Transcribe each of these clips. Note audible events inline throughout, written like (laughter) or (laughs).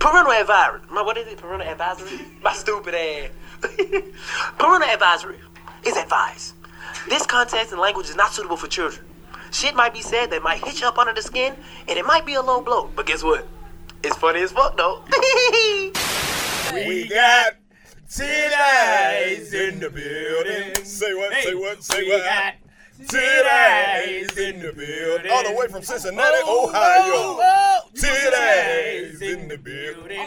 Coronavirus. My, what is it? Corona advisory? My stupid ass. (laughs) Corona advisory is advised. This context and language is not suitable for children. Shit might be said that might hit you up under the skin, and it might be a low blow. But guess what? It's funny as fuck, though. (laughs) We got titties in the building. Say what? say what? Say We what? got Titties titties in the building. All the way from Cincinnati, Oh, Ohio. oh, oh. Titties in the building.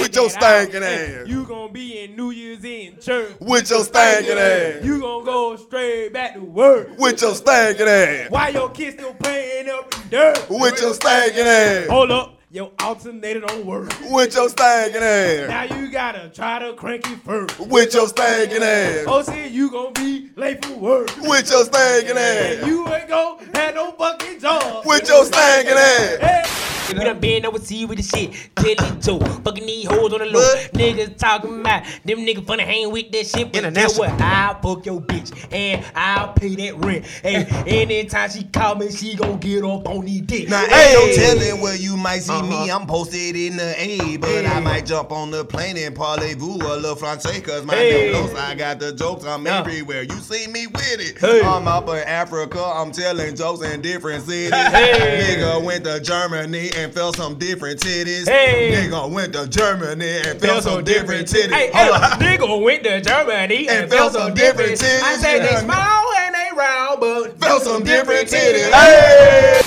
With your stinking ass. You gonna be in New Year's in church. With your stinking ass. You gonna go straight back to work. With your stinking ass. Why your kids still playing up in dirt? With your stinking ass. Hold up, your alternator don't work. With your stinking ass. Now you gotta try to crank it first. With your stinking ass. Oh, see, you gonna be late for work. With your stinking And ass. you ain't gonna have no fucking job. With your stinking ass. Hey. We done been overseas with the shit. Dilly toe. Fucking these hoes on the low. What? Niggas talking about them niggas finna hang with that shit. But guess International. what? I'll fuck your bitch and I'll pay that rent. Hey, anytime she call me, she gon' get up on these dick. Now, Hey. Uh-huh. ain't no telling where you might see me. I'm posted in the A, but I might jump on the plane and parlez-vous a little Francais, cause my Hey. hey. knows I got the jokes. I'm Yeah. everywhere. You see me with it. Hey. I'm up in Africa. I'm telling jokes in different cities. Hey. Nigga went to Germany and felt some different titties. Hey. Nigga went to Germany and felt Felt some different titties. Hey, hey, Hold on. nigga went to Germany and, felt some different titties. I say they Yeah. small and they round, but Felt some different titties. Hey!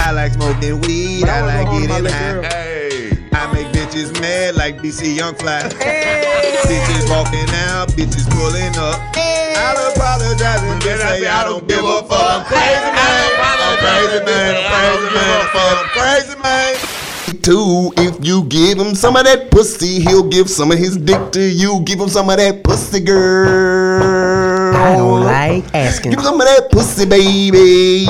I like smoking weed. I like getting high. Hey. I make bitches mad like BC Young Fly. bitches walking out, bitches pulling up. I'll apologize and just say I don't give a fuck. I'm crazy man, I'm crazy man, I'm crazy man, I'm crazy man. Too, if you give him some of that pussy, he'll give some of his dick to you. Give him some of that pussy, girl. I don't like asking. Give him some of that pussy, baby.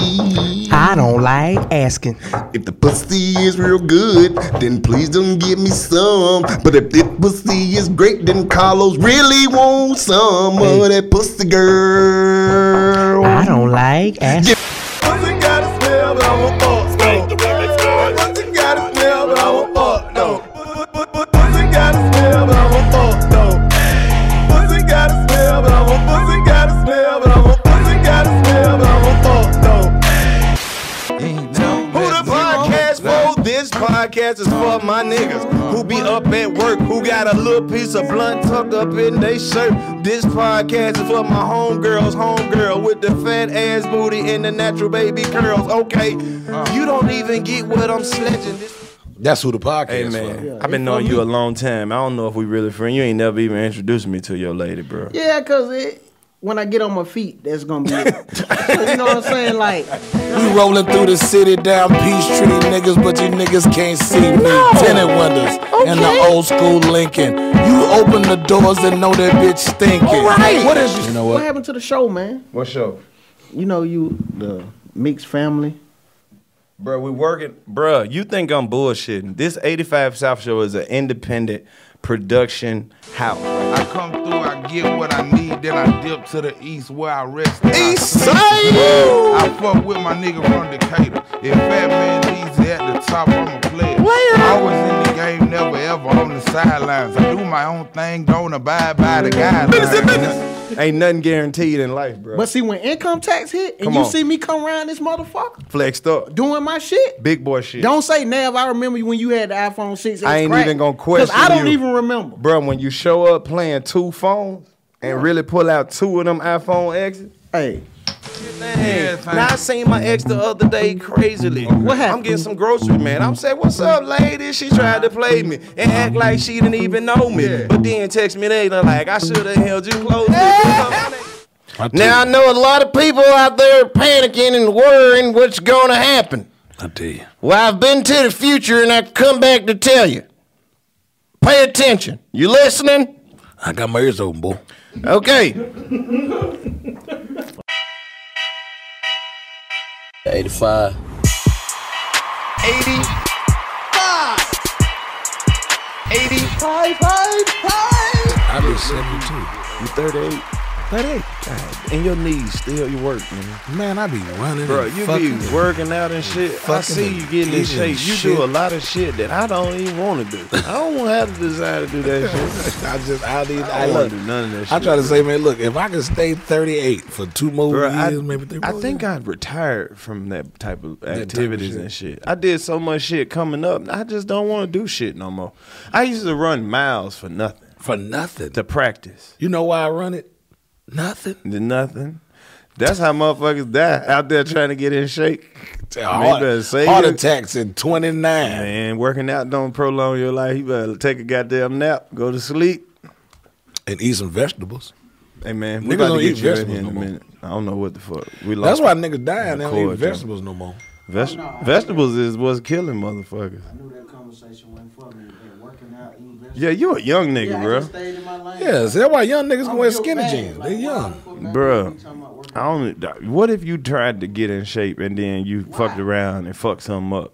I don't like asking. If the pussy is real good, then please don't give me some. But if the pussy is great, then Carlos really wants some of that pussy girl. I don't like asking. Pussy got a smell, but I won't fuck no. Pussy got a smell, but I won't fuck no. Pussy got a smell, but I won't fuck no. Pussy got a smell, but I won't. Pussy got a smell, but I won't. Pussy got a smell, but I won't fuck no. Who the podcast for? This podcast is for my niggas who be up at work, who got a little piece of blunt tucked up in they shirt. This podcast is for my homegirls, homegirl with the fat ass booty and the natural baby curls. Okay, you don't even get what I'm sledging. That's who the podcast Hey man, I've been knowing you a long time. I don't know if we really friends. You ain't never even introduced me to your lady, bro. Yeah, cause it when I get on my feet, that's gonna be it. (laughs) you know what I'm saying? Like We rolling through the city down Peachtree, niggas, but you niggas can't see me. Tenant windows in the old school Lincoln. You open the doors and know that bitch stinking. What is you know what? happened to the show, man? What show, You know you the mixed family. bro? We working, bro. You think I'm bullshitting? This 85 South show is an independent production house. I come through, I get what I need, then I dip to the east where I rest. and I East sleep. Side. I fuck with my nigga from Decatur. If Fat Man leaves it at the top, I'm a player. Always in the game, never ever on the sidelines. I do my own thing, don't abide by the guidelines. Ain't nothing guaranteed in life, bro. But see, when income tax hit and Come you on. see me come around this motherfucker Flexed up, doing my shit, big boy shit. don't say Nav. I remember you when you had the iPhone six. It was I ain't crack." even gonna Cause I question don't you. even remember. bro. When you show up playing two phones and really pull out two of them iPhone X's. Hey, Hey, Yeah, now I seen my ex the other day crazily. What happened? I'm getting some grocery, man. I'm saying, what's up, lady? She tried to play me and act like she didn't even know me. But then text me later like, I should have held you close. (laughs) Now I know a lot of people out there panicking and worrying what's gonna happen. I tell you. Well, I've been to the future and I've come back to tell you. Pay attention. You listening? I got my ears open, boy. Okay. 85. 85. 85. I be 72. You 38? That ain't. God, And your knees still you work, man. Man, I be running. Bro, and you fucking be working out and shit. I fucking see and you getting in eating shape. You shit. do a lot of shit that I don't even want to do. I don't want to have the desire to do that shit. I just, I need, I I, don't want look. to do none of that shit. I try to say, man, look, if I could stay 38 for two more Bro, I, years, maybe three I more think years. I retired from that type of type of activities shit. and shit. I did so much shit coming up. I just don't want to do shit no more. I used to run miles for nothing for nothing. to practice. You know why I run it? Nothing. Did nothing. That's how motherfuckers die out there trying to get in shape. Man, you better save heart your- attacks at 29. Man, working out don't prolong your life. You better take a goddamn nap, go to sleep. And eat some vegetables. Hey man, Niggas we about don't to get eat you in vegetables here in no a more. minute. I don't know what the fuck. We That's lost. why niggas die and they don't Record, eat Joe. vegetables no more. Veg- vegetables is what's killing motherfuckers. I knew that conversation went for me. man. Working out, eating vegetables. Yeah, you a young nigga, Yeah, I bro. just stayed in my lane. Yeah, so that's why young niggas I'm gonna wear real skinny fat. jeans. Like, they why young. the fuck I Bruh. keep talking about working I don't. e, What if you tried to get in shape and then you fucked around and fucked something up?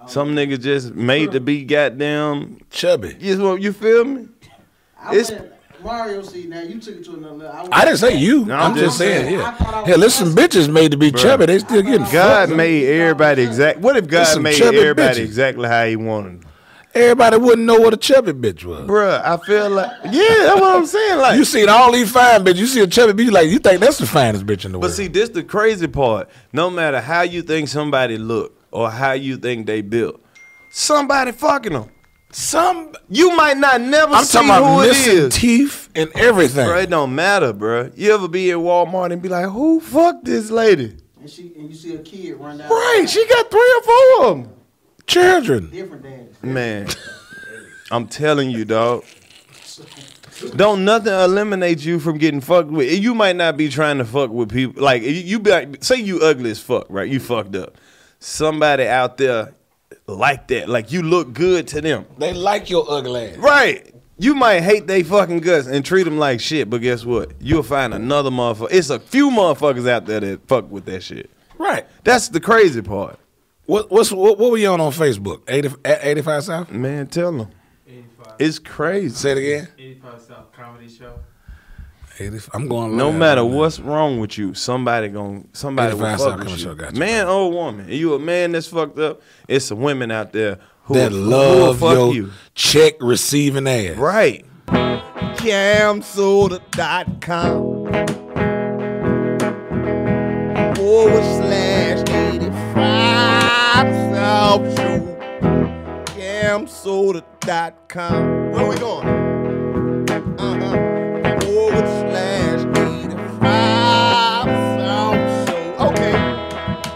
Oh. Some niggas just made to be goddamn. Chubby. You, know- you feel me? I It's- went, Mario, see, now you took it to another level. went- I didn't say you. No, I'm, I'm just just saying, saying, I thought I yeah. was Hell, there's some bitches made to be chubby. They still getting God fucked. made everybody exact. What if There's God some made chubby everybody bitches. exactly how He wanted? them? Everybody wouldn't know what a chubby bitch was. Bruh, I feel like yeah, that's what I'm saying. Like You seen all these fine bitches. You see a chubby bitch, you like you think that's the finest bitch in the But world. see, this the crazy part. No matter how you think somebody look or how you think they built, somebody fucking them. some You might not never I'm see talking who about it missing is. teeth and everything. Bro, it don't matter, bro. You ever be at Walmart and be like, "Who fucked this lady?" And, she, and you see a kid run down. Right? She got three or four of them. Children. Different daddies. Man, I'm telling you, dog. Don't nothing eliminate you from getting fucked with. You might not be trying to fuck with people. Like you, you be like, say you ugly as fuck, right? You fucked up. Somebody out there like that, like you look good to them, They like your ugly ass. right? You might hate they fucking guts and treat them like shit, but guess what? You'll find another motherfucker. It's a few motherfuckers out there that fuck with that shit. Right. That's the crazy part, What what's what, what were you on on Facebook? 80, at 85 South? man. Tell them it's crazy. Say it again. 85 South Comedy Show. 80, I'm going No live, matter man. what's wrong with you, somebody gon' somebody will 85 fuck South with Comedy you. Show, got you, Man or woman, you a man that's fucked up. It's some women out there who that who will love fuck your you. check receiving ass. Right, Jamsoda.com forward slash 85 South Show. Jamsoda.com. Where we going? Uh-huh. Forward slash 85 South Show. Okay.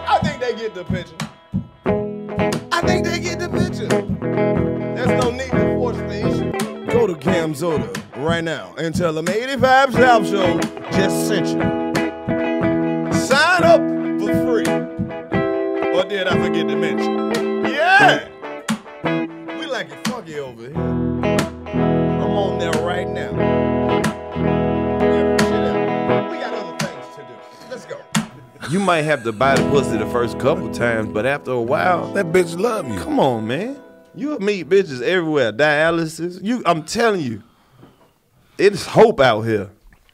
I think they get the picture. I think they get the picture. There's no need to force the issue. go to Camzoda right now and tell them 85 South Show just sent you. Sign up for free. Or did I forget to mention? Yeah! We like it funky over here. I'm on there right now. Yeah, shit out. We got other things to do. Let's go. You might have to buy the pussy the first couple times, but after a while, That bitch love you. come on, man. You'll meet bitches everywhere. Dialysis. You, I'm telling you, it's hope out here.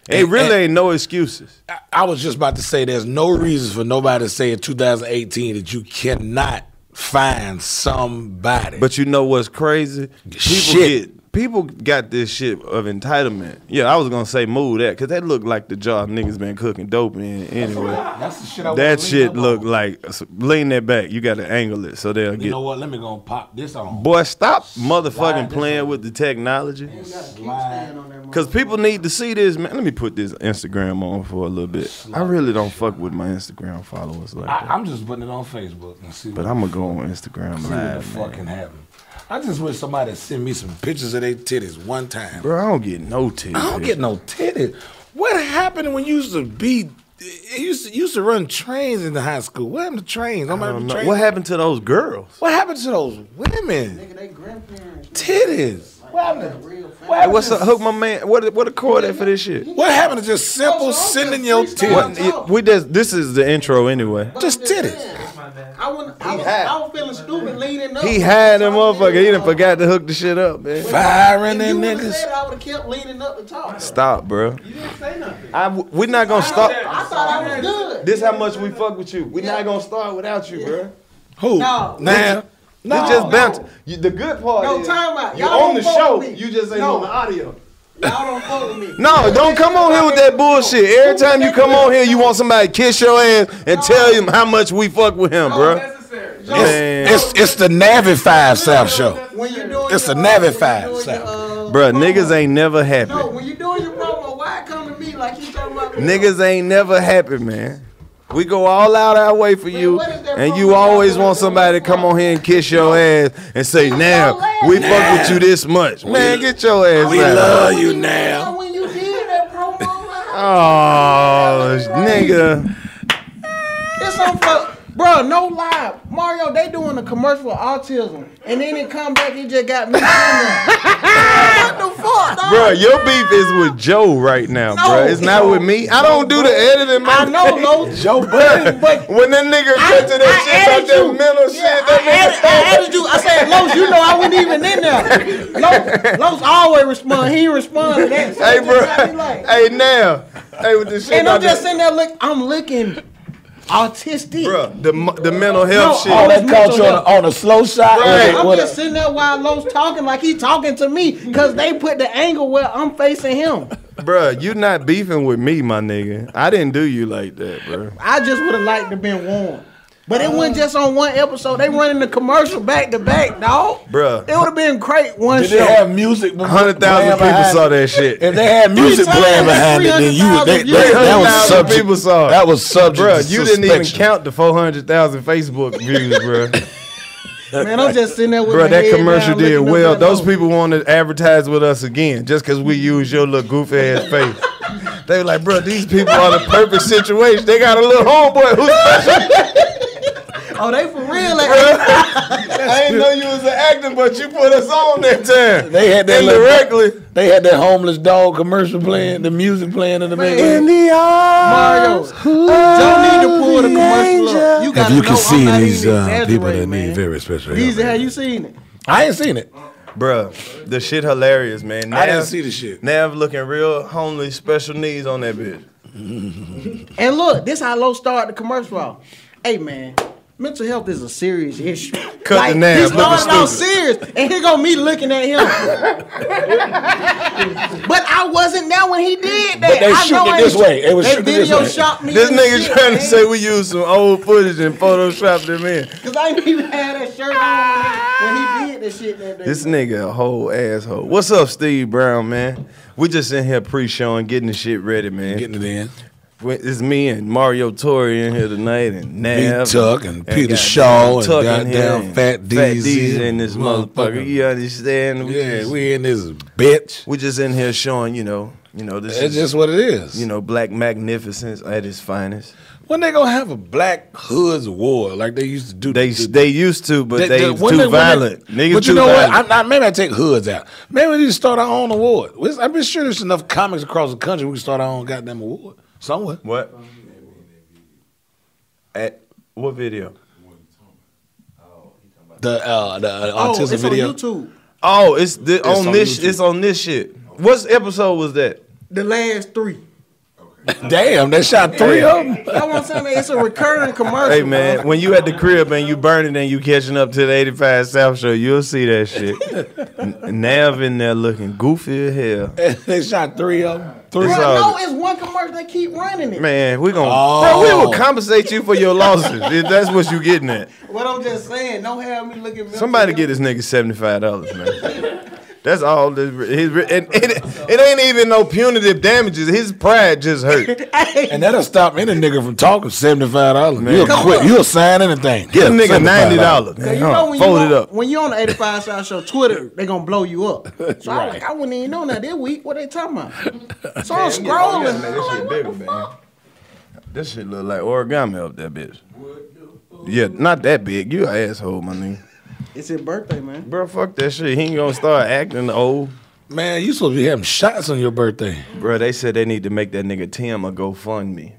It And- really and- ain't no excuses. I, I was just about to say there's no reason for nobody to say in 2018 that you cannot find somebody. But you know what's crazy? People Shit. get people got this shit of entitlement. Yeah, I was gonna say move that because that look like the job niggas been cooking dope in anyway. that's the shit I That shit look like lean that back. You got to angle it so they'll You get. know what? Let me go and pop this on. Boy, stop motherfucking Slide this playing with the technology. Slide. Cause people need to see this, man. Let me put this Instagram on for a little bit. I really don't fuck with my Instagram followers like I, that. I'm just putting it on Facebook and see. But what, I'm gonna go on Instagram see what the live, man. fucking happened. I just wish somebody send me some pictures of their titties one time. Bro, I don't get no tips. I don't get no titties. What happened when you used to be? You used to, you used to run trains in the high school. What happened to trains? Nobody I don't was know. trains. What happened to those girls? What happened to those women? Nigga, they grandparents. Titties. What happened? To, Real fat. what Hey, happened what's to- up? Hook my man. What what a cord at for this shit? What happened to just simple sending your titties? What, we just this is the intro anyway. Just titties. I was I was, had- I was feeling stupid leaning up. He had them motherfucker. He done forgot to hook the shit up, man. Firing If them you would've niggas. said it, I would have kept leaning up and talking. Stop, bro. Say nothing. I w- we not gonna stop. I thought I was good. This how much we fuck with you. We not gonna start without you, bro. Who? No. Now. No, this just bounce. You, the good part No, is time out. you Y'all on the don't fuck show. with me. You just ain't No. on the audio. Y'all don't fuck with me. No, don't come on here with that bullshit. Every time you come on here, you want somebody to kiss your ass and tell him how much we fuck with him, bro. Necessary. Man, It's it's the Navi Five South Show. When you're doing It's your, a uh, Navy when you're five, doing so. your, uh, bro, niggas ain't never happy. No, when you're doing your promo, why come to me like you talking about? Niggas ain't never happy, man. We go all out our way for you, what is that and you program always doing want to somebody to come on here and kiss your ass and say, "Now we fuck with you this much, man. Get your ass We out." love you now. When you did that promo, I- oh, nigga. It's some fuck. Bro, no lie. Mario, they doing a commercial for autism. And then it come back, it just got me. singing. (laughs) what the fuck, dog? Bro, your beef is with Joe right now, bro. It's not with me. I don't do the editing, I man. know, no. Joe Budden. But When that nigga I, cut to that shit I about added you. that mental Yeah, shit, I, added, that I added you. I said, Los, you know I wasn't even in there. Los, Los always respond. He responded. That. So nigga. Hey, it just got me like- bro. Hey, now. Hey, with the shit and about I'm just that. sitting there, look, I'm looking autistic. Bro, the, mu- the mental No, Oh, health All shit. that culture on, a- on a slow shot. Right. I'm What a- just sitting there while Los talking like he talking to me because they put the angle where I'm facing him. Bruh, you not beefing with me, my nigga. I didn't do you like that, bro. I just would have liked to been warned. But it wasn't just on one episode. They running the commercial back to back, dog. Bruh. It would have been great one Did show. they have music? before- Hundred thousand playing people behind saw it? that shit. If they had music times, playing behind it, then you would. That, 300,000 that, that was views. subject. People saw it. That was subject. Bro, to you didn't even suspension. count the four hundred thousand Facebook views, bro. Man, I'm just sitting there with Bro, my that head commercial down, did looking up well. at Those Lowe's. people want to advertise with us again just because we use your little (laughs) goofy ass face. They were like, bro, these people are the perfect situation. They got a little (laughs) homeboy who's special. Oh, they for real. Like, I didn't know you was an actor, but you put us on that time. They had that little- indirectly. They had that homeless dog commercial playing, the music playing in the In middle. the Mario, arms. don't need to pull the commercial up. You gotta If you know, can I'm see not these even uh, people that exaggerating, need man. very special help. These, have you seen it? I ain't seen it. Bruh, the shit hilarious, man. I didn't see the shit. Nav looking real homely, special needs on that bitch. And look, this how low started the commercial off. Hey man, mental health is a serious issue. Cut the nab, He looking started out stupid. serious, and here go me looking at him. but I wasn't there when he did that. But they I shooting know it I this ain't- way. They was they shooting it this video way. shot me. This and nigga shit, trying to man, say we used some old footage and photoshopped them in. Cause I ain't even had that shirt on when he did that shit that day. This nigga a whole asshole. What's up, Steve Brown, man? We just in here pre-showing, getting the shit ready, man. Getting it in. We- It's me and Mario Torrey in here tonight, and Nav, Tuck and Peter goddamn Shaw and Tuck in here goddamn and Fat DZ. in this motherfucker. Motherfucker. You understand? We Yeah, just, we in this bitch. we just in here showing, you know, you know, this That's is just what it is. you know, black magnificence at its finest. when they gonna have a black hoods war like they used to do? They the- they used to, but they, the- when too they- when they- violent. Niggas but too you know violent. what? I'm not, maybe I take hoods out. Maybe we need to start our own award. Well, I'm pretty sure there's enough comics across the country we can start our own goddamn award somewhere. What? At what video? The uh, the uh, oh, autism it's video. on YouTube. Oh, it's, the, on, on this. YouTube. It's on this shit. What episode was that? The last three. Damn, they shot three of them. That one something. It's a recurring commercial. Hey man, when you at the crib and you burning and you catching up to the 85 South show, you'll see that shit. N- Nav in there looking goofy as hell. (laughs) they shot three of them. Three. Bro, It's no, all- it's one commercial. They keep running it. Man, we gonna Oh. bro, we will compensate you for your losses if that's what you getting at. What I'm just saying, don't have me looking. (laughs) mental Somebody health. get this nigga seventy five dollars, man. That's all. This, his, and it, it ain't even no punitive damages. His pride just hurt. And that'll stop any nigga from talking seventy five dollars. Man. You'll Come quit. You'll sign anything. Give a Yeah, nigga $75. ninety dollars. So you know when you, Fold it on, up. when you on the 85 South Show Twitter, they gonna blow you (laughs) up. So I was like, I wouldn't even know now. They're weak. What they talking (laughs) about? So I'm oh, scrolling. I'm like, what the fuck? This shit look like origami up that bitch. Yeah, not that big. You an asshole, my nigga. It's his birthday, man. Bro, fuck that shit. He ain't gonna start acting old. Man, you supposed to be having shots on your birthday. Bro, they said they need to make that nigga Tim a GoFundMe.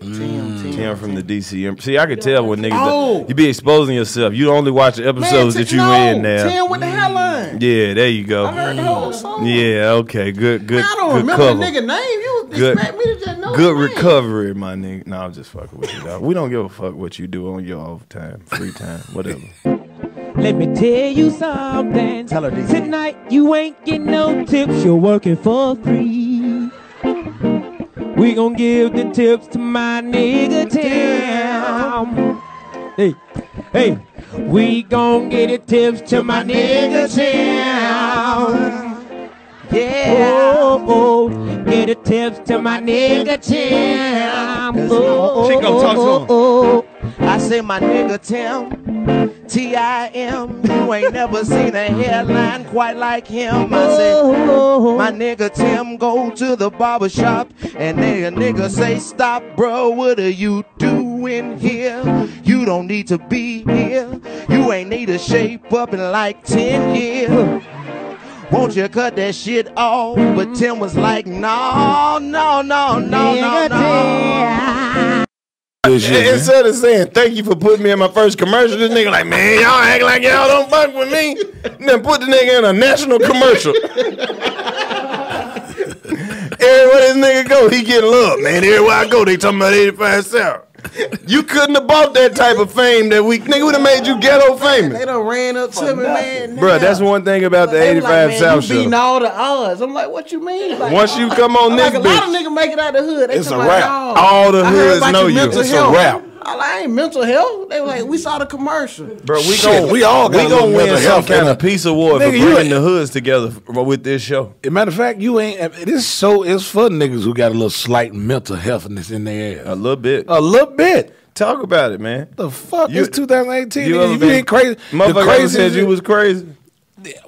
Tim, Tim, Tim I'm from the DCM. See, I could tell when niggas Oh. you be exposing yourself. You only watch the episodes that you in now. Ten with the headline. Yeah, there you go. I heard the whole song. Yeah, okay, good, good, I don't good remember cover. the nigga name. You Good- expect me to just know Good his name. recovery, my nigga. No, I'm just fucking with you, dog. We don't give a fuck what you do on your off time, free time, (laughs) whatever. Let me tell you something. Tell her, D. Tonight you ain't getting no tips. You're working for free. We gon' give the tips to my nigga Tim. Hey, hey, we gon' get the tips to, my, nigga Tim. Yeah, oh, oh, get the tips to my nigga Tim. Oh, She gonna talk to him. oh, I say my nigga Tim, T-I-M. You ain't never seen a headline quite like him. I oh, say my nigga Tim go to the barber shop and then a nigga say stop, bro. What are you doing here? You don't need to be here. You ain't need to shape up in like ten years. Won't you cut that shit off? But Tim was like, no, no, no, no, no, no. Instead of saying thank you for putting me in my first commercial, this nigga like, man, y'all act like y'all don't fuck with me. And then put the nigga in a national commercial. (laughs) Everywhere this nigga go, he getting love, man. Everywhere I go, they talking about 85 South. You couldn't have bought that type of fame that we nigga would have made you ghetto famous. They done ran up to me, man. Bruh, that's one thing about the They was 85 like, man, South you show. beating all the odds. I'm like, what you mean? Like, Once you come on I'm this like, a lot of niggas make it out of the hood. They It's come a out, wrap. "Dawg, All the I heard hoods about know your you. mental It's a health." wrap. I'm like, I ain't mental health. They were like, we saw the commercial. Bro, we Shit, gon' we all we got a gonna little win mental some health kind in of us. peace award Nigga, for you bringing ain't- the hoods together f- with this show. As a matter of fact, you ain't. This show is for niggas who got a little slight mental healthness in their ass. A little bit. A little bit. Talk about it, man. The fuck You- is 2018? you You, ever you been- ain't crazy. The craziest Motherfucker crazy said you was crazy.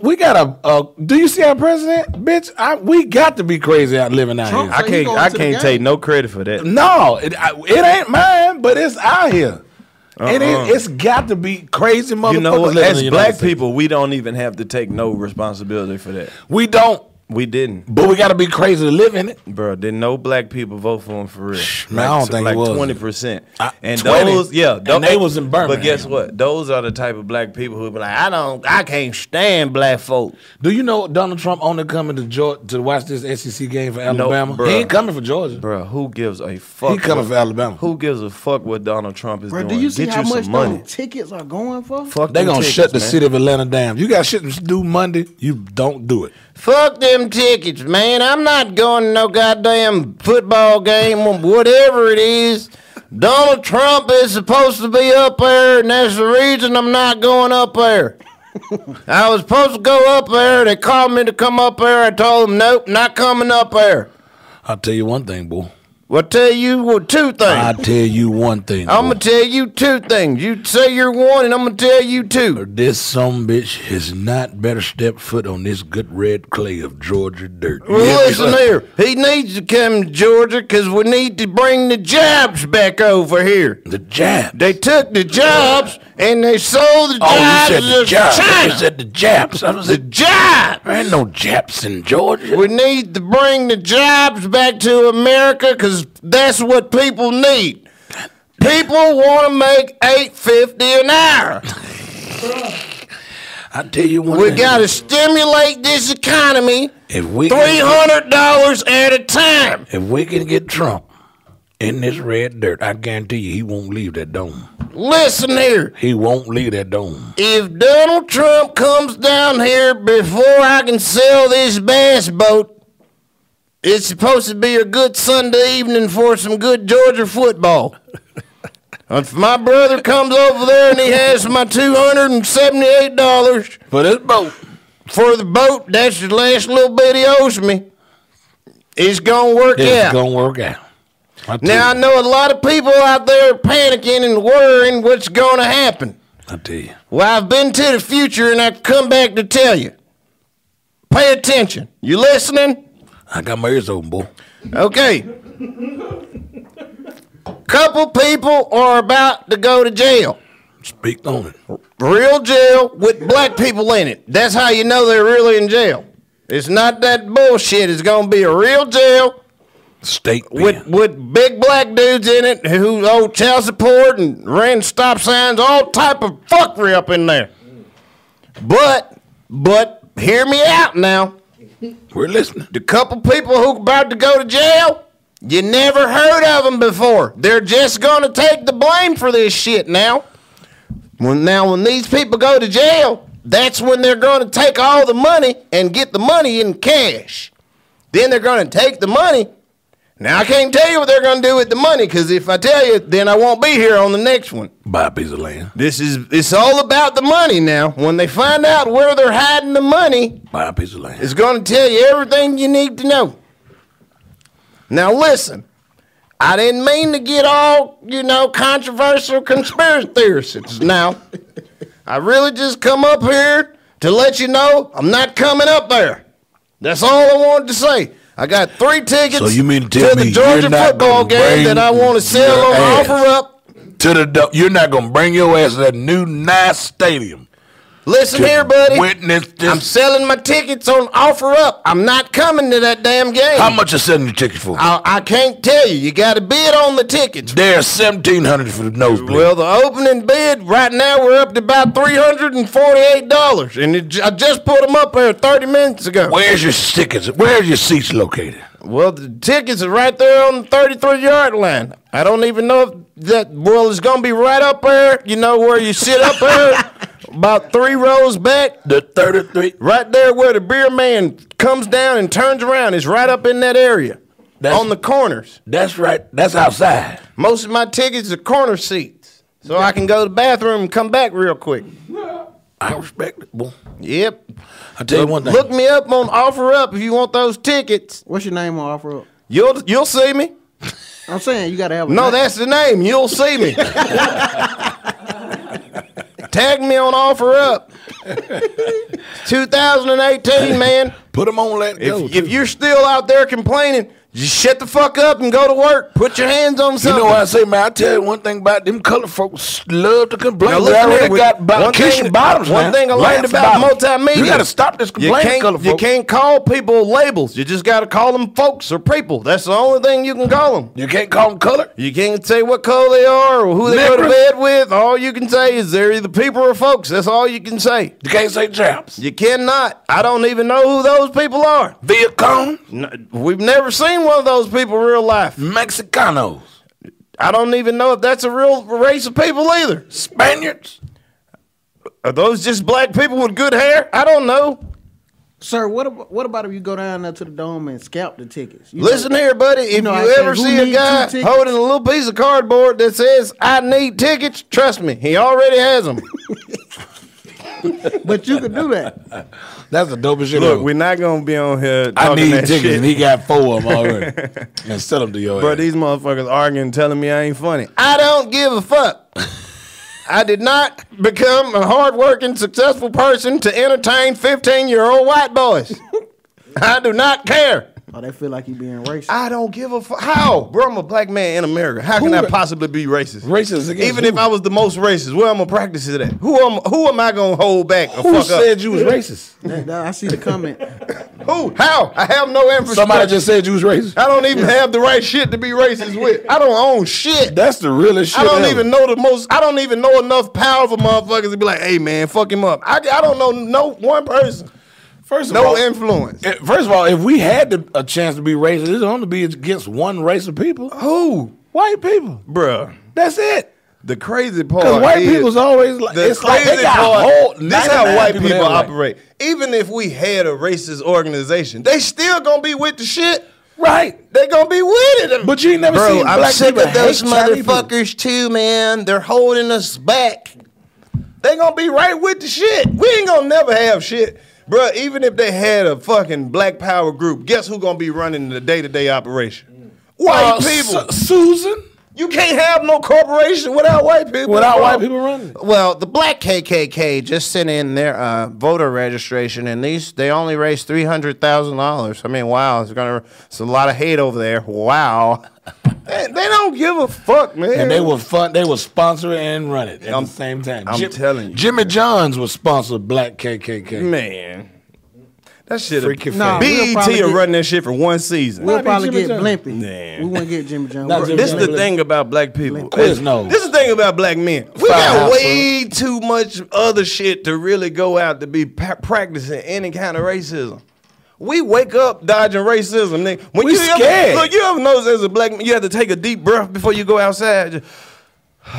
We got a. a do you see our president, bitch? I, we got to be crazy out living out Trump- here. I he can't going I to the can't game. take no credit for that. no, it, I, it ain't mine, but it's out here. It Uh-uh. ain't, it's got to be crazy motherfuckers. You know, living in as the United black States. people, we don't even have to take no responsibility for that. we don't. We didn't, But we got to be crazy to live in it. bro. Didn't no black people vote for him for real? Man, I don't think it like was. twenty percent. I- And 20? those, yeah, And tho- they was in But guess Birmingham. what? Those are the type of black people who be like, I don't, I can't stand black folk. Do you know Donald Trump only coming to Georgia to watch this SEC game for Alabama? bruh. he ain't coming for Georgia. Bro, who gives a fuck? He coming what- for Alabama. Who gives a fuck what Donald Trump is Bro, doing? do you see Get how you much some money. those tickets are going for? Fuck They them gonna tickets, shut the man. city of Atlanta down. You got shit to do Monday. You don't do it. Fuck them tickets, man. I'm not going to no goddamn football game or whatever it is. Donald Trump is supposed to be up there, and that's the reason I'm not going up there. (laughs) I was supposed to go up there. They called me to come up there. I told them, nope, not coming up there. I'll tell you one thing, boy. Well, tell you what, two things. I'll tell you one thing. boy. I'm going to tell you two things. You say you're one, and I'm going to tell you two. this some bitch has not better step foot on this good red clay of Georgia dirt. You hear Well, me? listen here. He needs to come to Georgia because we need to bring the jobs back over here. The jab. They took the jobs and they sold the oh, jobs you said the to jab. China. You said the Japs. I was the like, jobs. there ain't no Japs in Georgia. We need to bring the jobs back to America because that's what people need. People want to make eight fifty an hour. I tell you one We thing. got to stimulate this economy if we three can, hundred dollars at a time. if we can get Trump in this red dirt, I guarantee you he won't leave that dome. Listen here. He won't leave that dome. If Donald Trump comes down here before I can sell this bass boat, it's supposed to be a good Sunday evening for some good (laughs) Georgia football. if my brother comes over there and he has my two hundred and seventy-eight dollars For this boat. for the boat, that's the last little bit he owes me. It's gonna work It's out. gonna work out. I tell now I you, know a lot of people out there panicking and worrying what's gonna happen. I tell you, Well, I've been to the future and I've come back to tell you. Pay attention. You listening? I got my ears open, boy. Okay. Couple people are about to go to jail. Speak on it. Real jail with black people in it. That's how you know they're really in jail. It's not that bullshit. It's going to be a real jail. Steak with with big black dudes in it who owe child support and ran stop signs, all type of fuckery up in there. But but hear me out now. We're listening. The couple people who about to go to jail, you never heard of them before. They're just gonna take the blame for this shit now. When now when these people go to jail, that's when they're gonna take all the money and get the money in cash. Then they're gonna take the money. Now I can't tell you what they're gonna do with the money, because if I tell you, then I won't be here on the next one. Buy a piece of land. This is it's all about the money now. When they find out where they're hiding the money, Buy a piece of land. it's going to tell you everything you need to know. Now listen, I didn't mean to get all you know controversial conspiracy theorists. Now, I really just come up here to let you know I'm not coming up there. That's all I wanted to say. I got three tickets So you mean to to tell the me Georgia you're not football gonna game that bring I want to sell your on ass offer up. To the du- you're not gonna bring your ass to that new nice stadium. Listen to here, buddy. Witness this. I'm selling my tickets on offer up. I'm not coming to that damn game. How much are selling your tickets for? I, I can't tell you. You got to bid on the tickets. They're seventeen hundred for the nosebleed. Well, the opening bid right now we're up to about three hundred and forty-eight dollars, and it, ju- I just put them up there thirty minutes ago. Where's your tickets? Where's your seats located? Well, the tickets are right there on the thirty-three yard line. I don't even know if that well it's gonna be right up there. You know where you sit up there, about three rows back. The thirty-three. Right there where the beer man comes down and turns around is right up in that area. on the corners. That's right. That's outside. Most of my tickets are corner seats. So I can go to the bathroom and come back real quick. I respect it, boy. Yep. I tell you one thing. Look me up on offer up if you want those tickets. What's your name on offer up? You'll you'll see me. I'm saying you gotta have a No, name. that's the name. You'll see (laughs) me. Tag me on offer up. 2018, man. Put them on. Let go. If, if you're still out there complaining, just shut the fuck up and go to work. Put your hands on You something. know what I say, man? I tell you one thing about them color folks love to complain. Now, Now, they listen here, already we- got one about kitchen thing- bottoms. one man. thing I Land learned about bottoms. multimedia. You got to stop this You complaining, color can't, you folks. can't call people labels. You just got to call them folks or people. That's the only thing you can call them. You can't call them color. You can't say what color they are or who they go to Nigger. bed with. All you can say is they're either people or folks. That's all you can say. You can't say traps. You cannot. I don't even know who those people are. Viet Cong, N- We've never seen one of those people in real life. Mexicanos, I don't even know if that's a real race of people either. Spaniards. Are those just black people with good hair? I don't know. Sir, what about, what about if you go down there to the dome and scalp the tickets? You Listen here, buddy. If you, know, I said, ever who see a needs two guy tickets? holding a little piece of cardboard that says "I need tickets," trust me, he already has them. know, but you could do that. That's the dopest (laughs) shit. Look, ever. we're not gonna be on here. I talking need that tickets, shit. and he got four of (laughs) them already. and sell them to your Bro, ass. these motherfuckers arguing, telling me I ain't funny. I don't give a fuck. I did not become a hardworking, successful person to entertain 15 year old white boys. I do not care. Oh, they feel like you being racist. I don't give a fuck. How? Bro, I'm a black man in America. How can Who I the- possibly be racist? Racist against Even who? if I was the most racist, where I'm gonna practice it at? Who am who am I gonna hold back or Who fuck up? said you was racist? That- that- I see the (laughs) comment. Who? How? I have no infrastructure. Somebody just said you was racist. I don't even have the right shit to be racist with. I don't own shit. That's the realest shit. I don't ever. even know the most. I don't even know enough powerful motherfuckers to be like, "Hey man, fuck him up." I, I don't know no one person, First of no all, influence. eh, first of all, if we had the, a chance to be racist, it's only be against one race of people. Who, White people. bruh? That's it. The crazy part. Because white Oh, is- people's always like, The it's like they crazy got part- whole. This is how 99 white people, that way. operate. Even if we had a racist organization, they still gonna be with the shit. Right. They gonna be with it. But you ain't never Bro, seen I'm black sick people of those hate Chinese people. motherfuckers too, man. They're holding us back. They gonna be right with the shit. We ain't gonna never have shit. Bro, even if they had a fucking black power group, guess who gonna be running the day-to-day operation? White Uh, people. Su- Susan. you can't have no corporation without white people. Without bro. white people running. it. Well, the black KKK just sent in their uh, voter registration, and these they only raised three hundred thousand dollars. I mean, wow, it's gonna it's a lot of hate over there. Wow, (laughs) they, they don't give a fuck, man. And they were fun. They were sponsor it and run it at the same time. I'm telling you. Jimmy Johns was sponsored Black KKK. man. That shit. Freaky Nah, freak. We'll BET probably will get- run that shit for one season. We'll probably get blimpy. Nah. We won't get Jimmy Jones. Bro, this is the thing about black people. This, this is the thing about black men. We got Firehouse way too much other shit to really go out to be pa- practicing any kind of racism. We wake up dodging racism. Nigga. When We you ever- scared. look, you ever notice as a black man, you have to take a deep breath before you go outside. Just- (sighs)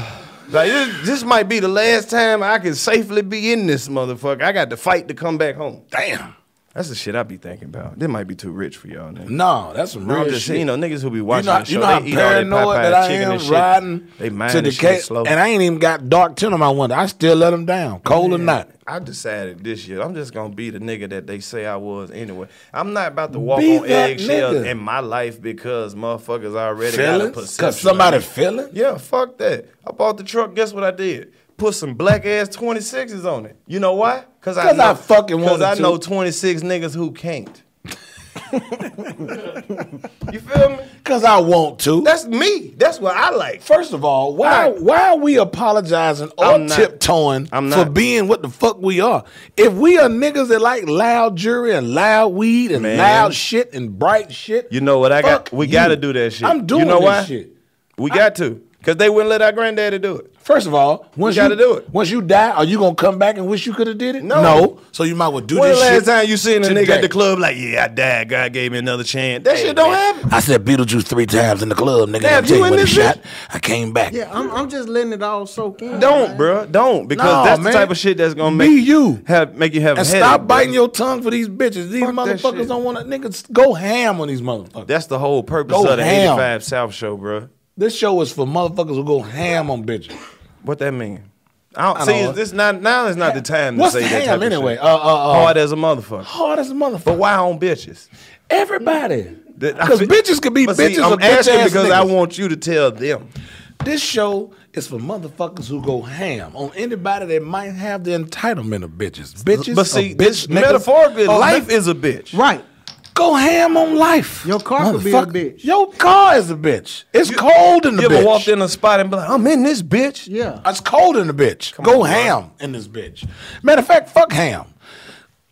like this, this might be the last time I can safely be in this motherfucker. I got to fight to come back home. Damn. That's the shit I be thinking about. This might be too rich for y'all. Nigga. No, that's some real I'm just, shit. You know, niggas who be watching you know, the show, you know they how eat all that paranoid Popeye that I chicken and am shit. riding They mind to the this shit case, slow. and I ain't even got dark tint on my window. I still let them down, cold or not. I decided this year I'm just gonna be the nigga that they say I was anyway. I'm not about to walk Be on that eggshells nigga. in my life because motherfuckers already got a Feelings? 'Cause perception. of somebody me. feeling? Yeah, fuck that. I bought the truck. Guess what I did? Put some black ass 26s on it. You know why? Cause, 'Cause I fucking Cause wanted I to. know 26 niggas (laughs) who can't. you feel me? Cause I want to. That's me. That's what I like. First of all, why I- why are we apologizing or I'm not. tiptoeing I'm for not. being what the fuck we are? If we are niggas that like loud jury and loud weed and Man. loud shit and bright shit, You know what I got? We you. got to do that shit. I'm doing you know this why? shit. We got to, cause they wouldn't let our granddaddy do it. First of all, once gotta do it. Once you die, are you gonna come back and wish you could have did it? No. So you might well do when this the last shit time you seen a nigga today. at the club like, yeah, I died. God gave me another chance. That shit don't happen. I said Beetlejuice three times in the club, nigga. I'll Damn, tell you you in what he this shot. I came back. Yeah, I'm, I'm just letting it all soak in. Don't, bro. Don't because Nah, that's man. the type of shit that's gonna Be make you. have make you have And a headache, stop bro. biting your tongue for these bitches. These that motherfuckers shit. don't want to niggas go ham on these motherfuckers. That's the whole purpose Go of the ham. 85 South show, bro. This show is for motherfuckers who go ham on bitches. What that mean? I don't I see. know. It's this not now? Is not the time to What's say that ham type anyway? Of Uh, shit. uh, uh, Hard as a motherfucker. hard as a motherfucker. But why on bitches? Everybody. That- Because bitches could be But bitches see, I'm or bitch asking ass because I niggas. want you to tell them. This show is for motherfuckers who go ham on anybody that might have the entitlement of bitches. Bitches, But see, or this bitch niggas, metaphorically, or life niggas. is a bitch. Right. Go ham on life. Your car could be a Motherfucker. bitch. Your car is a bitch. It's cold in the You ever bitch. walked in a spot and be like, "Oh, I'm in this bitch? Yeah. It's cold in the bitch. Go on, bro. ham in this bitch. Matter of fact, fuck ham.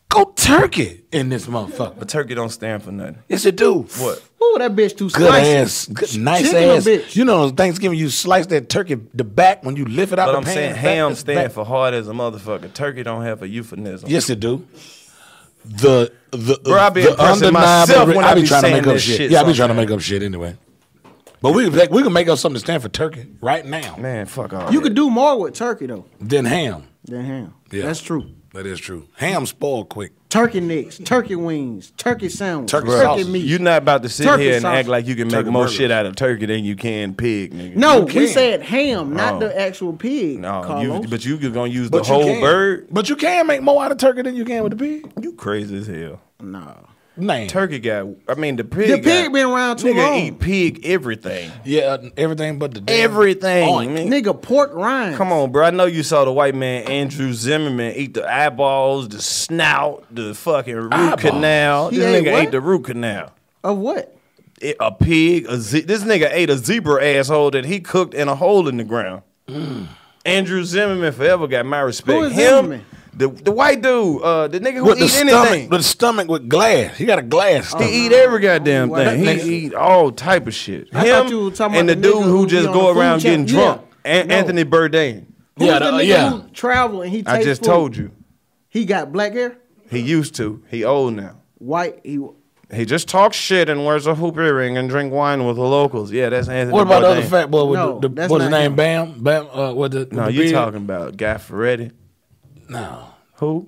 Go turkey in this motherfucker. But turkey don't stand for nothing. Yes, it do. What? Ooh, Oh, that bitch too Good spicy. ass, good, nice Chicken or ass. bitch? You know, Thanksgiving, you slice that turkey the back when you lift it out But the I'm pan. saying back- ham it's stand back. for hard as a motherfucker. Turkey don't have a euphemism. Yes, it do. The the Bro, I be the impressing undeniable myself when I be be trying to saying make up this shit. shit Yeah, I be trying to sometimes. make up shit anyway. But we can we can make up something to stand for turkey right now. Man, fuck all You that. could do more with turkey though Then ham. than ham. Yeah. That's true. That is true. Ham spoiled quick. Turkey necks, turkey wings, turkey sandwich, Turkey turkey, sausage. meat. You're not about to sit Turkey here and sausage. act like you can make Turkey more burgers. shit out of turkey than you can pig, nigga. no, you we can. said ham, not Oh. the actual pig. No, you, Carlos. but you could gonna use But the you whole can. bird. But you can make more out of turkey than you can with the pig. You crazy as hell. no. Nah. Turkey got. I mean, the pig. The pig got- been around too nigga long. eat pig everything. Yeah, uh, everything Oh, but the damn Everything. oink. nigga. Nigga, pork rind. Come on, bro. I know you saw the white man Andrew Zimmerman eat the eyeballs, the snout, the fucking root Eyeballs. canal. He this ate nigga what? ate the root canal. Of what? It- a pig. A ze- this nigga ate a zebra asshole that he cooked in a hole in the ground. Andrew Zimmerman forever got my respect. Mm. Who is Him, Zimmerman? the the white dude, uh, the nigga who With the eat stomach, anything. with the stomach with glass. He got a glass. He stomach. eat every goddamn Wow. thing. That nigga- He eat all type of shit. I Him thought you were talking and the about the dude nigga who who just be go on the around food getting chain. drunk. Yeah. An- No. Anthony Bourdain. Who's Yeah, the the- uh, nigga yeah. who travel and he takes I just food? told you. He got black hair, He used to. He old now. white. He He just talks shit and wears a hoop earring and drink wine with the locals. Yeah, that's Anthony. What about the Bourdain. other fat boy with No, the, the that's what's his not name? him. Bam, Bam. Uh, what the? No, the you beard? talking about Guy Ferretti? No, Who?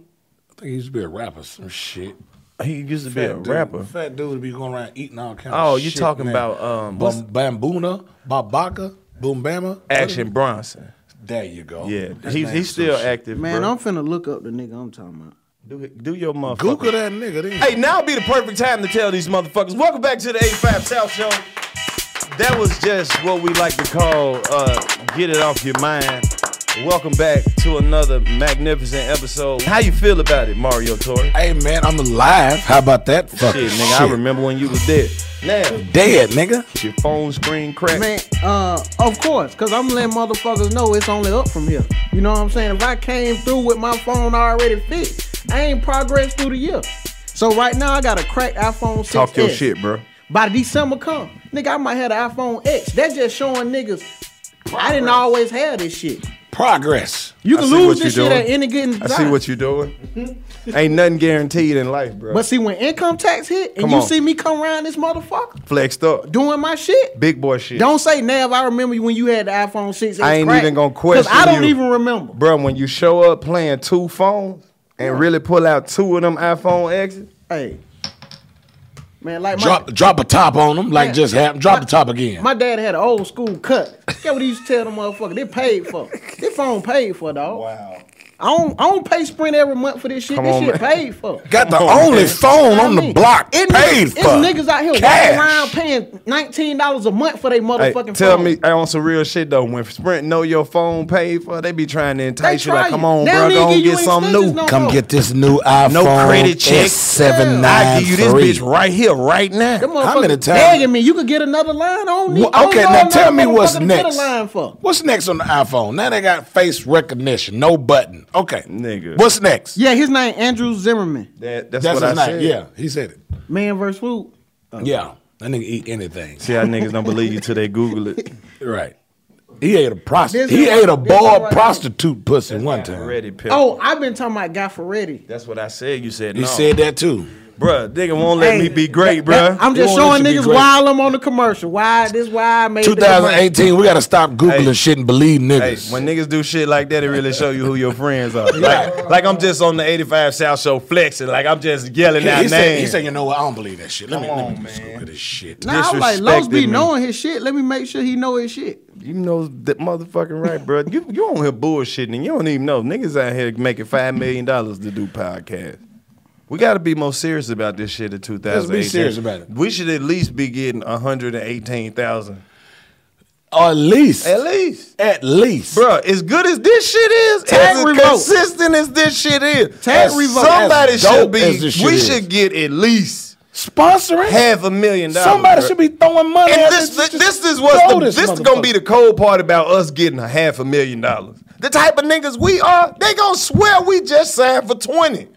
I think he used to be a rapper, or some shit. He used to be a Fat dude- rapper. Fat dude would be going around eating all kinds. Oh, of you shit, talking man. about, um, what's- Bam, Bambuna, Babaka, Boom Bama? Action Bronson. There you go. Yeah, His he's name's he's still some shit. active. man, bro. I'm finna look up the nigga I'm talking about. do, do your motherfucker. Google that nigga. Then. Hey, now be the perfect time to tell these motherfuckers. Welcome back to the 85 South Show. That was just what we like to call uh, get it off your mind. Welcome back to another magnificent episode. How you feel about it, Mario Torre? Hey, man, I'm alive. How about that? Fuck Shit, nigga, I remember when you was dead. Now, Dead, nigga. your phone screen cracked. Man, uh, of course, cause I'm letting motherfuckers know it's only up from here. You know what I'm saying? If I came through with my phone already fixed, I ain't progressed through the year. So right now I got a cracked iPhone 6 Talk your shit, bro. By December come, nigga, I might have an iPhone X. That just showing niggas I didn't always have this shit. Progress. You I can see lose what this you shit doing. at any given I see time. what you're doing. Ain't nothing guaranteed in life, bro. But see, when income tax hit and Come you on. see me come around this motherfucker Flexed up. doing my shit, Big boy shit. don't say Nav. I remember you when you had the iPhone six. I ain't even gonna question I don't you. even remember. Bro, when you show up playing two phones and really pull out two of them iPhone X's. Hey. Man, like my, Drop drop a top on them like Yeah. just happened. Drop the top again. my dad had an old school cut. Get what he used to tell them motherfucker? They paid for. This phone paid for dog. Wow. I don't, I don't pay Sprint every month for this shit. Come this on, shit man. paid for. (laughs) Got the Come Oh, on, only man. phone You know on what I the mean? block It paid niggas, for. It's niggas out here walking Cash. around paying nineteen dollars a month for their Hey, motherfucking tell phone. me, I on some real shit though. When Sprint know your phone paid for, they be trying to entice They you. Like, try come you. on, They don't bro, even go give and you get something new. extensions no Come get this new iPhone. No credit check. Seven I give you this bitch right here, right now. Them How many motherfuckers times- Begging me, you could get another line on me. Well, okay, now tell me what's next. Line for. What's next on the iPhone? Now they got face recognition, no button. Okay, nigga. What's next? Yeah, his name Andrew Zimmerman. That, that's That's what his I name, said. Oh. yeah. He said it. Man versus food. Yeah, that nigga eat anything. See how niggas don't believe you till they Google it. Right. He ate a prostitute. This He is- ate a this boiled is right prostitute pussy (laughs) one time. Oh, I've been talking about Guy Ferretti. That's what I said. You said He Oh. no. said that too. Bruh, nigga won't let Hey, me be great, bruh. I'm just He won't showing let you be niggas great. why I'm on the commercial. Why this? Why I made the commercial. 2018. We gotta stop googling shit and believe Hey, niggas. when niggas do shit like that, it really show you who your friends are. Like, like I'm just on the 85 South Show flexing. Like I'm just yelling He- out he, said, he names. said, "You know what? I don't believe that shit. Let me, let me just Google this shit." Nah, I'm like Los be disrespected me. knowing his shit. Let me make sure he know his shit. You know that motherfucking right, bro. You you on here bullshitting and you don't even know. Niggas out here making five million dollars to do podcasts. We got to be more serious about this shit in 2018. serious about it. We should at least be getting 118,000. At least. At least. At least. Bro, as good as this shit is, Tag as revote. consistent as this shit is, Tag as revote. somebody As should dope be, as this shit we is. should get at least sponsoring half a million dollars. Somebody bro. should be throwing money. And at this, this, this, this is Throw what's the, this this, is gonna be the cold part about us getting a half a million dollars. The type of niggas we are, they gonna swear we just signed for twenty.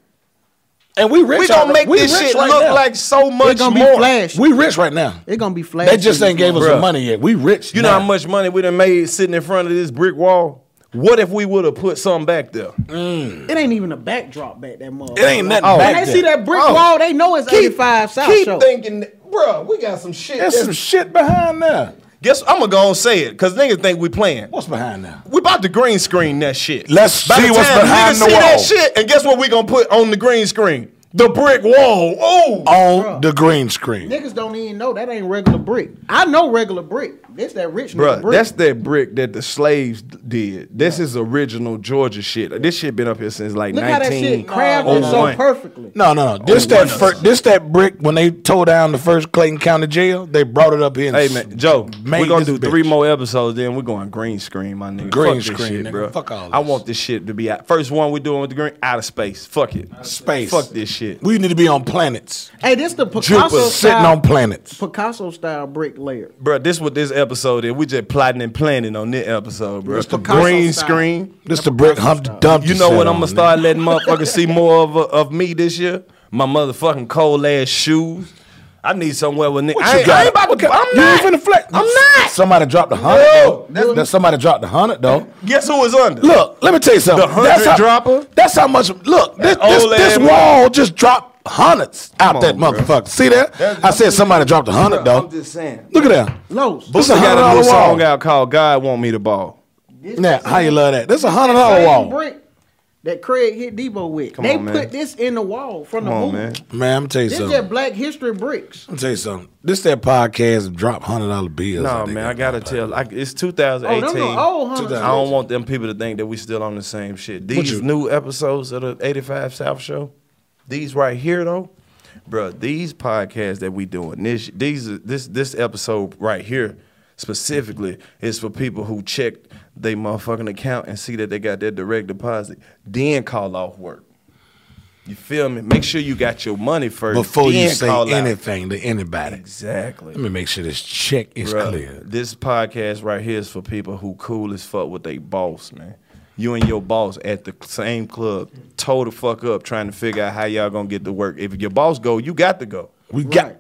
And we rich. We gonna already- make we this rich shit right look now. like so much gonna be more. flash. We rich right now. It gonna be flash. They just ain't gave us Bruh. the money yet. We rich. You know now. how much money we done made sitting in front of this brick wall? What if we would have put something back there? It ain't even a backdrop back that motherfucker. It ain't nothing When back they there. see that brick Oh. wall, they know it's Keep- 85 South keep Show. thinking, bro, we got some shit. There's some shit behind there. Guess I'm gonna go and say it, cause niggas think we playing. What's behind there? We about to green screen that shit. Let's By see the what's time behind niggas the see wall. that shit, and guess what we gonna put on the green screen? The brick wall. Oh, on the green screen. Niggas don't even know that ain't regular brick. I know regular brick. This that rich nigga Bruh, brick. that's that brick that the slaves did. This is original Georgia shit. This shit been up here since like Look how that shit crafted so 1901. perfectly. No, no, no. This Oh, that one fir- this that brick when they tore down the first Clayton County jail, they brought it up here. And Hey s- man, Joe, made we're gonna do this bitch. three more episodes, then we're going green screen, my nigga. Green Fuck this screen, shit, nigga. bro. Fuck all I want this shit to be out. First one we're doing with the green, out of space. Fuck it. Space. Fuck this shit. We need to be on planets. Hey, this the Picasso Jupiter sitting style, on planets. Picasso style brick layer. Bro, this what this episode is. We just plotting and planning on this episode, bro. It's The Picasso green style. screen. This the brick hump dump. You know what? I'm gonna start letting motherfuckers see more of uh, of me this year. My motherfucking cold ass shoes. I need somewhere with nigga. What I, you ain't- got? I ain't about to. I'm You ain't not. finna flex. I'm not. Somebody dropped a hundred. No. though. That somebody dropped a hundred though. Guess who was under? Look, let me tell you something. The 100 how, dropper? That's how much. Look, this, That this, old this ass- wall just dropped hundreds out Come that on, motherfucker. See that? I said somebody dropped a hundred Bro, though. I'm just saying. Look at that. Los. This Boosie a (laughs) hundred got a dollar new wall. song out called "God Want Me to Ball." Now, how you love that? That's a hundred dollar Same wall. brick that Craig hit Debo with. Come they on, man. put this in the wall from Come the on, movie. man. Man, I'm tell you This something. just black history bricks. I'm tell you something. This that podcast drop hundred dollar bills. No out there. man, I gotta tell. I, it's Oh, 2018. them the old hundreds. I don't want them people to think that we still on the same shit. These you- new episodes of the 85 South Show, these right here though, bruh, these podcasts that we doing, this these this this episode right here specifically is for people who check their motherfucking account and see that they got their direct deposit, then call off work. You feel me? Make sure you got your money first Before you then say call out. anything to anybody, Exactly. let me make sure this check is Bruh, clear. This podcast right here is for people who cool as fuck with they boss, man. you and your boss at the same club, toe the fuck up, trying to figure out how y'all gonna get to work. If your boss go, you got to go. We got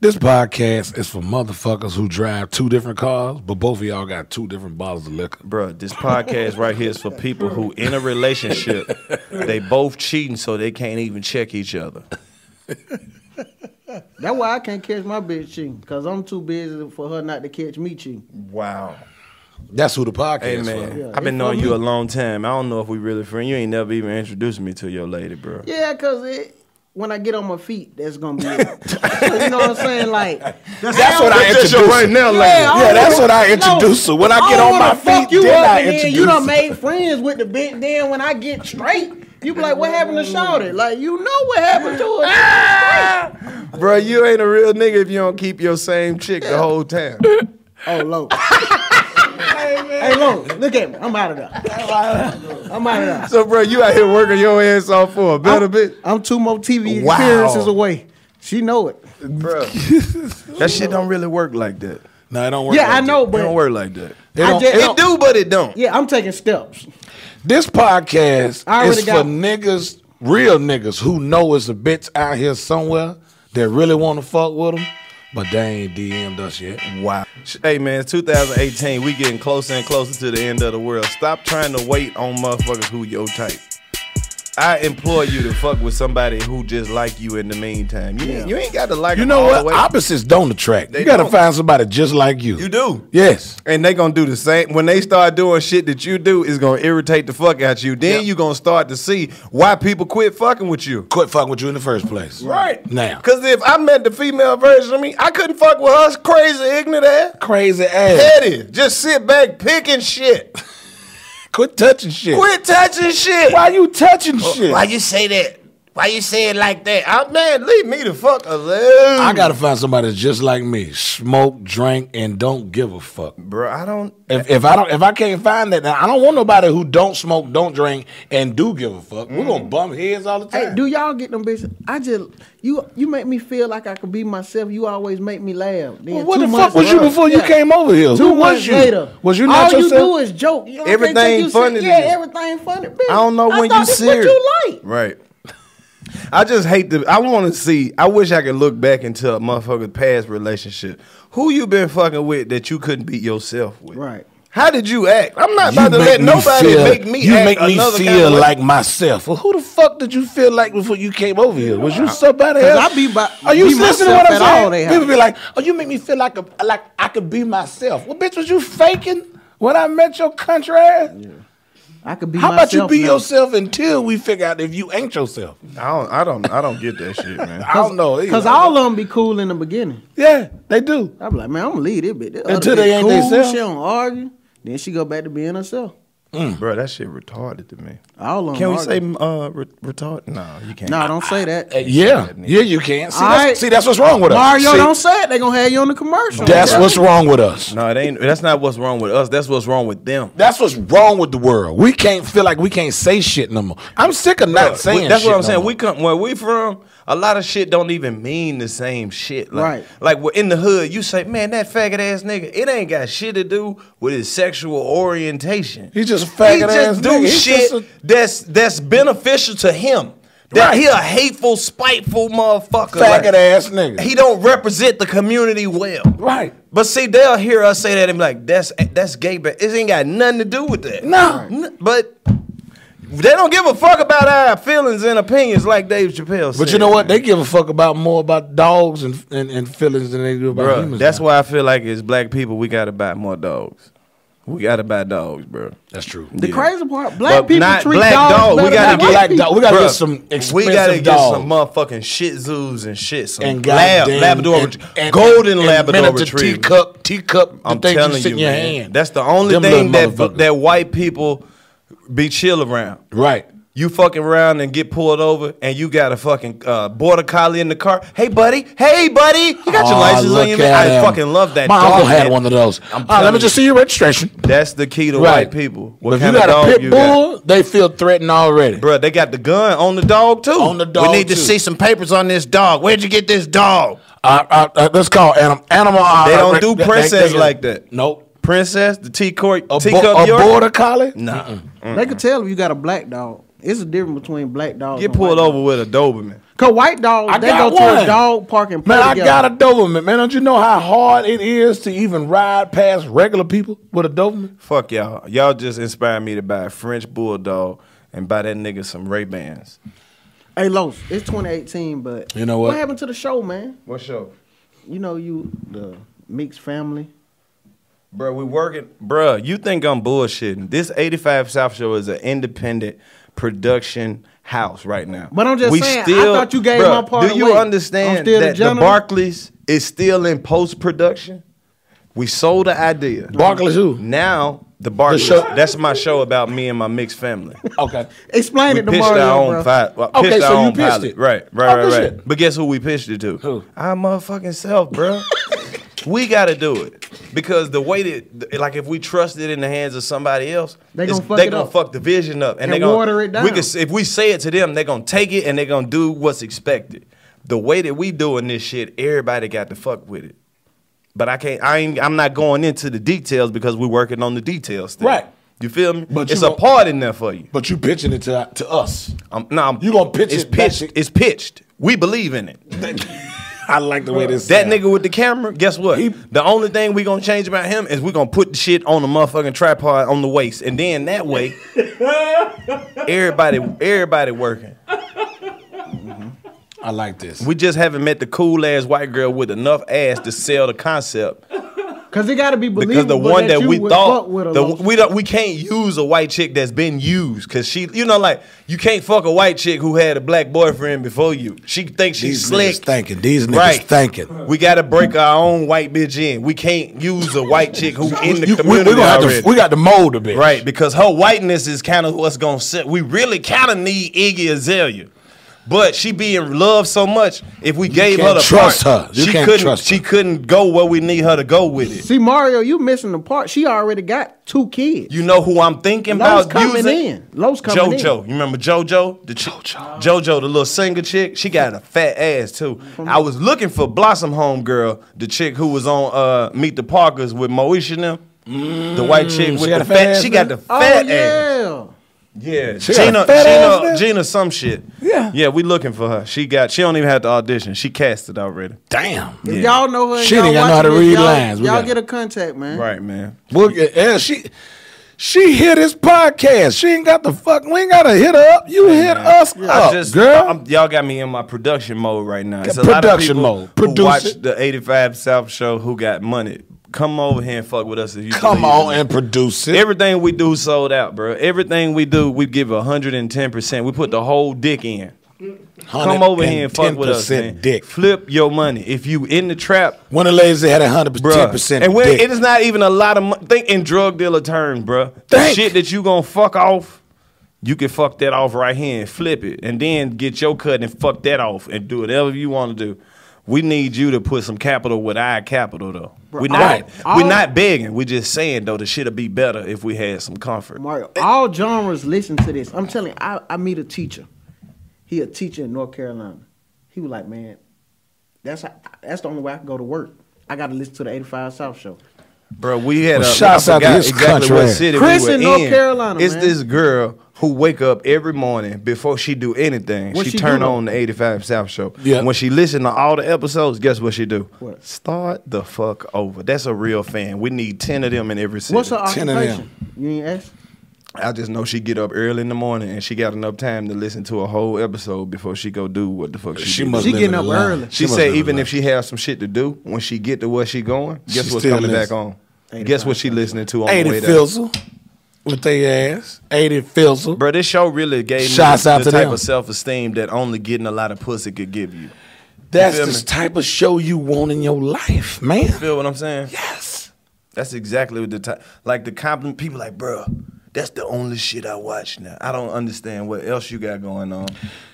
This podcast is for motherfuckers who drive two different cars, but both of y'all got two different bottles of liquor. Bruh, this podcast right here is for people who in (laughs) a relationship they both cheating so they can't even check each other. That's why I can't catch my bitch cheating, cause I'm too busy for her not to catch me cheating. Wow. That's who the podcast Hey is man, for. Yeah, I've been it's knowing for you me. a long time. I don't know if we really friends. You ain't never even introduced me to your lady, bro. Yeah, cause it when I get on my feet, that's gonna be. It. (laughs) you know what I'm saying? Like That's, what I That's introduced your right now, her. lady. I Yeah, don't that's wanna- what I no, introduced her. When I, don't get on wanna my fuck feet, you then up, I and then introduce you done her. made friends with the bitch. Then when I get straight, you be like, "What happened to Shawty?" Like you know what happened to (laughs) her. Bro, you ain't a real nigga if you don't keep your same chick the (laughs) whole time. Oh, (laughs) low. hey, low. Look at me. I'm out of there. I'm out of there. So, bro, you out here working your ass off for a better bitch. I'm two more TV Wow. experiences away. She know it. Bro, that shit don't really work like that. No, it don't work Yeah, like I that. know, but- it don't work like that. It I don't- just- it it do, but it don't. Yeah, I'm taking steps. This podcast I already is got- for niggas, real niggas who know it's a bitch out here somewhere that really want to fuck with them, but they ain't DM'd us yet. Wow. Hey man, it's 2018. We getting closer and closer to the end of the world. Stop trying to wait on motherfuckers who your type. I implore you to fuck with somebody who just like you in the meantime. You, ain't- you ain't got to like. You 'em know all what? the way. Opposites don't attract. They you gotta don't. find somebody just like you. You do. Yes. And they gonna do the same. When they start doing shit that you do, it's gonna irritate the fuck out you. Then you gonna start to see why people quit fucking with you. Quit fucking with you in the first place. Right. Now. Cause if I met the female version of me, I couldn't fuck with her crazy ignorant ass. Crazy ass. Petty. Just sit back picking shit. Quit touching shit. Oh, Quit touching shit. Why you touching shit? Why you say that? Why you say it like that? I, man, leave me the fuck alone. I gotta find somebody that's just like me. Smoke, drink, and don't give a fuck. Bro, I don't. If, if I don't, if I can't find that, then I don't want nobody who don't smoke, don't drink, and do give a fuck. We're gonna bump heads all the time. Hey, do y'all get them bitches? I just you you make me feel like I could be myself. You always make me laugh. Then Well, what two the fuck months was you later- before you Yeah. came over here? Two Who was months you? Later, Was you all not you yourself? do is joke. You don't think Everything that you funny to ser- Yeah, you. everything funny. Bitch. I don't know when thought you this serious. What you like? Right. I just hate the. I want to see. I wish I could look back into a motherfucker's past relationship. Who you been fucking with that you couldn't be yourself with? Right. How did you act? I'm not You about to make let me nobody feel- make me. You act make me another feel kind of way. like myself. Well, who the fuck did you feel like before you came over here? Was you somebody Uh, Cause else? I be by- Are you be listening to myself what I'm at all they saying? have. People be like, "Oh, you make me feel like a like I could be myself." Well, bitch, was you faking when I met your country ass? I could be. How about you myself be now. yourself until we figure out if you ain't yourself? I don't. I don't. I don't get that shit, man. I don't know. Cause all of them be cool in the beginning. yeah, they do. I be like, man, I'm gonna leave this bitch. This Until other they bitch ain't cool, theyself. She don't argue. Then she go back to being herself. Bro, that shit retarded to me. All of Can we them say argue. uh, re- retarded? No, you can't. No, don't say that. Uh, yeah, yeah, you can. See, All that's, right. see, that's what's wrong with us. Mario, See, don't say it. They gonna have you on the commercial. That's what's wrong with us. No, it ain't. That's not what's wrong with us. That's what's wrong with them. That's what's wrong with the world. We can't feel like we can't say shit no more. I'm sick of not Look, saying. we- that's shit what I'm no saying. more. We come where we from. A lot of shit don't even mean the same shit. Like, Right. Like we're in the hood. You say, man, that faggot ass nigga. It ain't got shit to do with his sexual orientation. He's just a he faggot just ass do nigga. He's shit just a- that's that's beneficial to him. That Right. he a hateful, spiteful motherfucker. faggot Like, ass nigga. He don't represent the community well. right. But see, they'll hear us say that and be like, "That's that's gay," but it ain't got nothing to do with that. No. N- but they don't give a fuck about our feelings and opinions like Dave Chappelle. But you know what? They give a fuck about more about dogs and and, and feelings than they do about bro, humans. that's now. why I feel like as black people, we gotta buy more dogs. We gotta buy dogs, bro. that's true. The Yeah. crazy part, black But people not treat black dogs dog. We better gotta than get- white black people. dog. We gotta Bruh, get some We expensive gotta get dogs. some motherfucking Shih Tzus and shit. Some and lab, goddamn- Labrador, and- Retrie- and- golden and Labrador miniature Retriever. Teacup, teacup. the I'm thing telling sit you, in your man. hand. That's the only Them thing little that motherfuckers. that white people be chill around. right. You fucking around and get pulled over, and you got a fucking uh, border collie in the car. Hey, buddy. Hey, buddy. You got your Aw, license Ah, look on you, at man. I him. fucking love that. My dog, uncle had man. one of those. I'm Ah, let telling me just you. see your registration. That's the key to white people. But if you got a pit bull, they feel threatened already. Bro, they got the gun on the dog too. On the dog. we need too. to see some papers on this dog. Where'd you get this dog? Uh, uh, uh, let's call anim- animal. They uh, don't uh, do they- press they- ads they- like that. Nope. Princess, the teacup, A teacup bo- a York? border collie? Nah. They could tell if you got a black dog. It's a difference between black dogs. Get and white pulled over with a Doberman. Cause white dogs, I they go got to a one. dog park and play Man, I together. got a Doberman. Man, don't you know how hard it is to even ride past regular people with a Doberman? Fuck y'all. Y'all just inspired me to buy a French bulldog and buy that nigga some Ray Bans. Hey, Los, it's 2018, but You know What what? happened to the show, man? What show? You know you the mixed family. Bro, we working. Bruh, you think I'm bullshitting. This 85 South Show is an independent production house right now. But I'm just saying, I thought you gave bruh, my part Do you away. I'm understand still the that the gentleman. Barclays is still in post production? We sold the idea. Barclays who? Now, the Barclays. That's my show about me and my mixed family. Okay. Explain we it to pitched Mario, our own bro. pilot. well, Okay, pitched so our you own pitched pilot. it. Right, right, Oh, good right, right. shit. But guess who we pitched it to? Who? Our motherfucking self, bro. we got to do it because the way that, th- like, if we trust it in the hands of somebody else, They it's- gonna fuck they it gonna up. fuck the vision up, and, And they gonna water it down. We can, s- if we say it to them, they gonna take it and they gonna do what's expected. The way that we doing this shit, everybody got to fuck with it. But I can't. I ain't. I'm not going into the details because we're working on the details. Still. Right. You feel me? But it's a part in there for you. But you pitching it to to us. I'm, no, I'm, you gonna pitch it's it? back pitched. It's pitched. We believe in it. (laughs) I like the way this. That nigga with the camera. Guess what? the only thing we gonna change about him is we gonna put the shit on the motherfucking tripod on the waist, and then (laughs) that way, everybody, everybody working. I like this. We just haven't met the cool ass white girl with enough ass to sell the concept Cause it gotta be believable. because the one that, you we would thought fuck with a the, Los. we don't we can't use a white chick that's been used because she you know like you can't fuck a white chick who had a black boyfriend before you. She thinks These she's slick. niggas thinking. These niggas Right. thinking. We gotta break our own white bitch in. We can't use a white chick who in You- the we- we community gonna have to- already. we got to mold a bitch. right because her whiteness is kind of what's gonna set. We really kind of need Iggy Azalea, but she be in love so much. If we gave her can't the trust part, her. You she can't couldn't. trust she couldn't go where we need her to go with it. See, Mario, you missing the part. She already got two kids. You know who I'm thinking Lowe's about coming using? in. Lowe's coming JoJo. You remember JoJo? The JoJo. JoJo, the little singer chick. She got a fat ass too. Mm-hmm. I was looking for Blossom Home Girl, the chick who was on uh, Meet the Parkers with Moesha and them. the white Mm, chick with the fat. she got the fat oh, ass. yeah. Yeah, She got a Gina, fat ass Gina, now? Gina, some shit. Yeah, yeah, we looking for her. She got. She don't even have to audition. She casted already. Damn. If y'all know her, and She y'all ain't gotta know how to watching this, read y'all, lines. We Y'all gotta- get a contact, man. Right, man. We'll get, yeah, she she hit his podcast. She ain't got the fuck. We ain't gotta hit her up. You hit us I up, just, girl. I'm- y'all got me in my production mode right now. It's a Production lot mode. of people who Produce watch it. the 85 South show who got money. Come over here and fuck with us if you Come believe on in it. and produce it. Everything we do sold out, bro. Everything we do, we give 110%. We put the whole dick in. Come over here and fuck with us, 110% man. Dick. Flip your money. If you in the trap, One of the ladies that had a hundred Bruh. ten percent. And when, it is not even a lot of money. Think in drug dealer terms, bruh. The shit that you gonna fuck off, you can fuck that off right here and flip it, and then get your cut and fuck that off and do whatever you want to do. We need you to put some capital with our capital though. Bruh, we're not all- we're all- not begging. We're just saying though the shit'll be better if we had some comfort. Mario, all genres listen to this. I'm telling you, I, I meet a teacher. He a teacher in North Carolina. He was like, man, that's how, that's the only way I can go to work. I got to listen to the 85 South show. Bro, we had Well, a shouts I out to forgot his exactly country what ass. city Chris we were in North in. Carolina, It's man. this girl who wake up every morning before she do anything. What she, she turn do? on the 85 South show. Yeah. When she listen to all the episodes, guess what she do? What? Start the fuck over. That's a real fan. We need 10 of them in every city. What's her occupation? You ain't ask? I just know she get up early in the morning and she got enough time to listen to a whole episode before she go do what the fuck she, She do. must She live getting in up Atlanta. early. She She, must said live in even if she has some shit to do, when she get to where she going, guess She what's still coming back listen. on? Guess what she listening to on the way Eighty there? fizzle with their ass. Eighty fizzle. Bro, this show really gave Shouts me out the to type them. of self esteem that only getting a lot of pussy could give you. That's feel the me? type of show you want in your life, You man. feel what I'm saying? Yes. That's exactly what the type. Like the compliment people, like, bro, that's the only shit I watch now. I don't understand what else you got going on,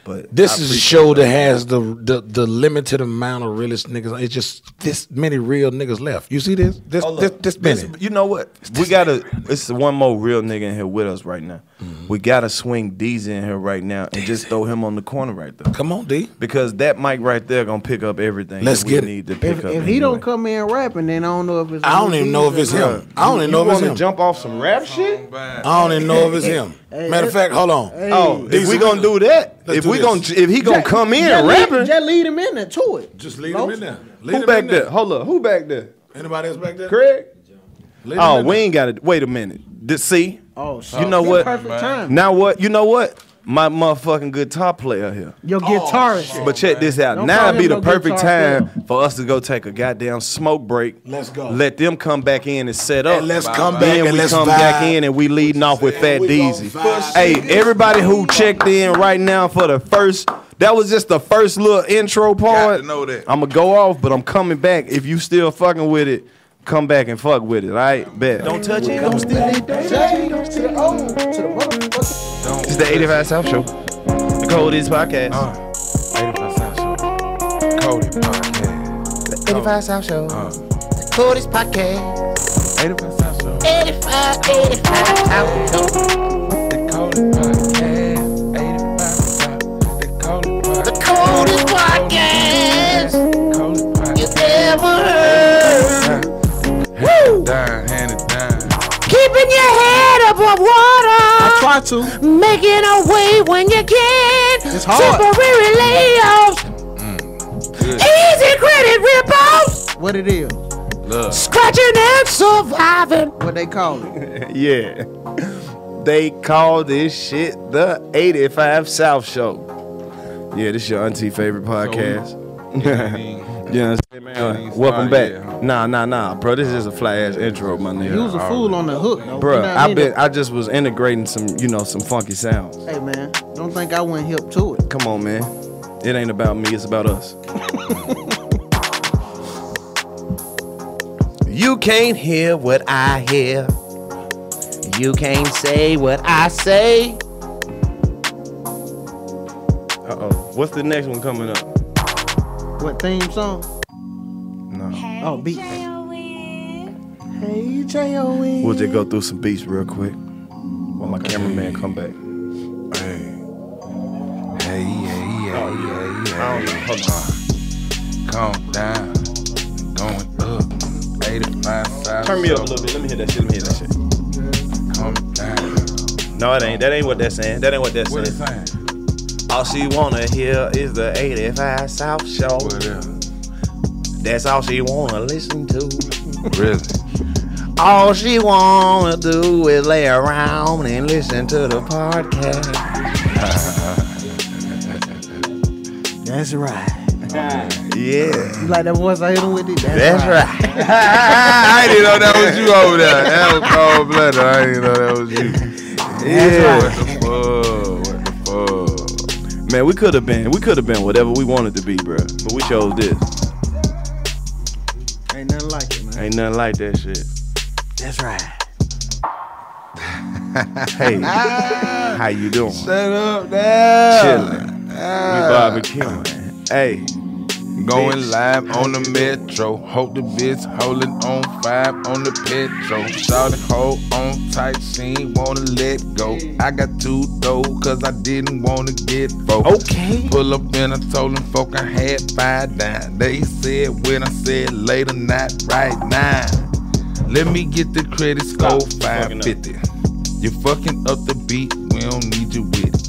but This I is a appreciate show that has the, the the limited amount of realest niggas. It's just this many real niggas left. You see this? This Oh, this, look, this many. You know what? We gotta. It's one more real nigga in here with us right now. Mm-hmm. We gotta swing D's in here right now and just throw him on the corner right there. Come on, D. Because that mic right there gonna pick up everything. Let's that we get it. need to pick If, up. if he don't come in rapping, then I don't know if it's. I don't Lil even Keys know if or it's not. him. I don't even know if it's him. jump off some rap shit? I don't even know if it's him. Hey, Matter of let's- fact, hold on. Hey. Oh, if we gonna do that, Let's if do we this. gonna if he gonna Just- come in just lead- rapping, Just lead him in there to it. Just leave Nope. him in there. Leave who him back in there? Hold up, who back there? Anybody else back there? Craig? Leave him Oh, in we there. ain't got to wait a minute. This, see, Oh, shit. you know Good what? Perfect time. Now what? You know what? My motherfucking guitar player here. Your guitarist. But check this out. Don't now call would be him the no perfect guitar time for us to go take a goddamn smoke break. Let's go. Let them come back in and set up. And let's come Then back and we let's come vibe. back in and we leading off with Fat we gonna Deezy. vibe. Hey, everybody who checked in right now for the first. That was just the first little intro part. to know that. I'm gonna go off, but I'm coming back. If you still fucking with it, come back and fuck with it. All right, bet. Don't touch it. Don't steal it. Change to the Oh, old, to the motherfucker. It's the 85 South Show. The Cody's podcast. Cody Podcast. 85 South Show. Uh. The coolest podcast. 85 South Show. 85, 85 South Show. The Cody Podcast. 85 South. The Cody Podcast. The coolest podcast Cody Podcast. you ever heard. Woo! Down, handed down. Keeping your head above I water. try to. Making a way when you can. It's hard. Temporary layoffs. Easy credit ripples. What it is. Scratching and surviving. What they call it. Yeah. They call this shit the 85 South Show. Yeah, this your auntie favorite podcast. (laughs) you know what I'm saying, man? Welcome back. Nah, nah, nah, bro. This is a fly ass intro, my You was nigga. a fool on the hook, though. You Bro, know what I mean? been I just was integrating some, you know, some funky sounds. Hey, man. Don't think I went hip to it. Come on, man. It ain't about me, it's about us. You can't hear what I hear. You can't say what I say. Uh oh. What's the next one coming up? What theme song? No. Oh, beat. Hey, J.O.E. We'll just go through some beats real quick while my cameraman come back. Hey, hey, hey, hey, hey. Calm down. Going up. 85 South. Turn me up a little bit. Let me hear that shit. Let me hear that shit. Calm down. No, it ain't. That ain't what that's saying. That ain't what that's What saying. is that? All she wanna hear is the 85 South Show. Whatever. That's all she wanna listen to. Really? All she wanna do is lay around and listen to the podcast. That's right. Yeah. You like that voice I hit him with it? That's, That's right. right. I didn't know that was you over there. That was cold blooded. I didn't know that was you. Yeah. What the fuck? What the fuck? Man, we could have been, we could have been whatever we wanted to be, bro. But we chose this. Ain't nothing like it, man. Ain't nothing like that shit. That's right. (laughs) Hey, how you doing? Shut up now. Chilling. We barbecuing. Hey, Going Bitch. live on the metro. Hope the bitch holding on five on the petro. Shot hoe on tight, she ain't wanna let go. I got two though, cause I didn't wanna get broke. Oh. Okay. Pull up and I told them folk I had five down. They said when I said later, not right now. Let me get the credit score Stop fucking up. 550. You're fucking up the beat, we don't need you with it.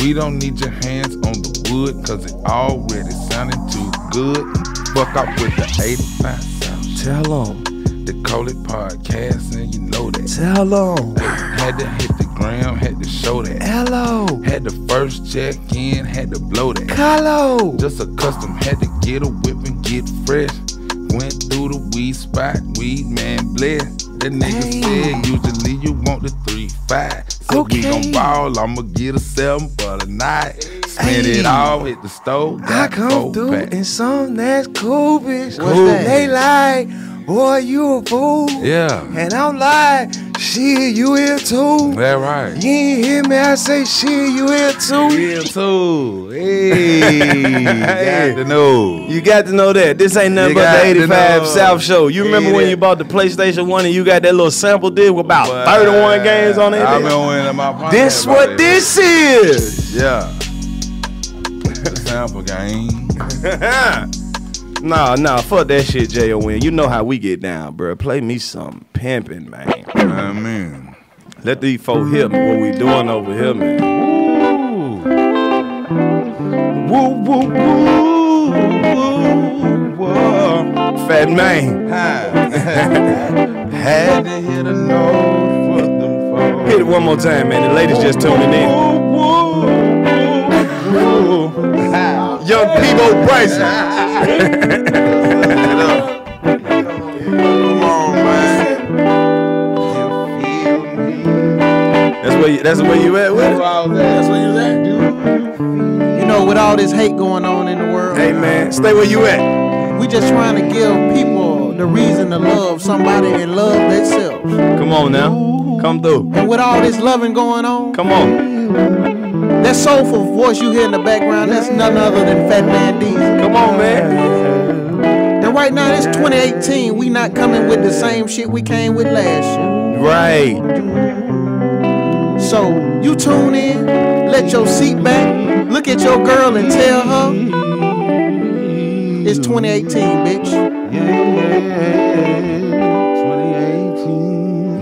We don't need your hands on the wood, cause it already sounded too good. Fuck off with the 85 sound. tell them. The Call It Podcast, and you know that. Tell them. Had to hit the gram, had to show that. Hello. Had the first check in, had to blow that. Hello. Just a custom, had to get a whip and get fresh. Went through the weed spot, weed man blessed. That nigga said usually you want the three five. So we gon' ball, I'ma get a seven for the night. Spend Hey. it all, hit the stove. I got come four through packs. and some that's cool, bitch. What's that? They like, boy, you a fool. Yeah. And I'm like, shit, you here too? That right. You ain't hear me? I say, shit, you here too? Here too. (laughs) Hey, got to know. You got to know that. This ain't nothing You but got the to 85 know. South Show. You remember Yeah. when you bought the PlayStation 1 and you got that little sample deal with about 31 games on it? I remember when in my pocket This about what this is. Yeah. Sample game. Nah, nah, fuck that shit, J-O-N. You know how we get down, bruh. Play me some pimping, man. I mean. Let these folk hear what we doing over here, man. Woo, woo, woo, woo, woo. Fat man. Had to hit a note for them folks. Hit it one more time, man. The ladies just tuning in. Young Pivo (laughs) Bryson. That's where you, that's where you at with it? That's where you at, dude. You know, with all this hate going on in the world. Hey man, stay where you at. We just trying to give people the reason to love somebody and love themselves. Come on now. Come through. And with all this loving going on, come on. That soulful voice you hear in the background, that's none other than Fat Man D's. Come on, man. And right now, it's 2018. We not coming with the same shit we came with last year. Right. So you tune in, let your seat back, look at your girl and tell her it's 2018, bitch.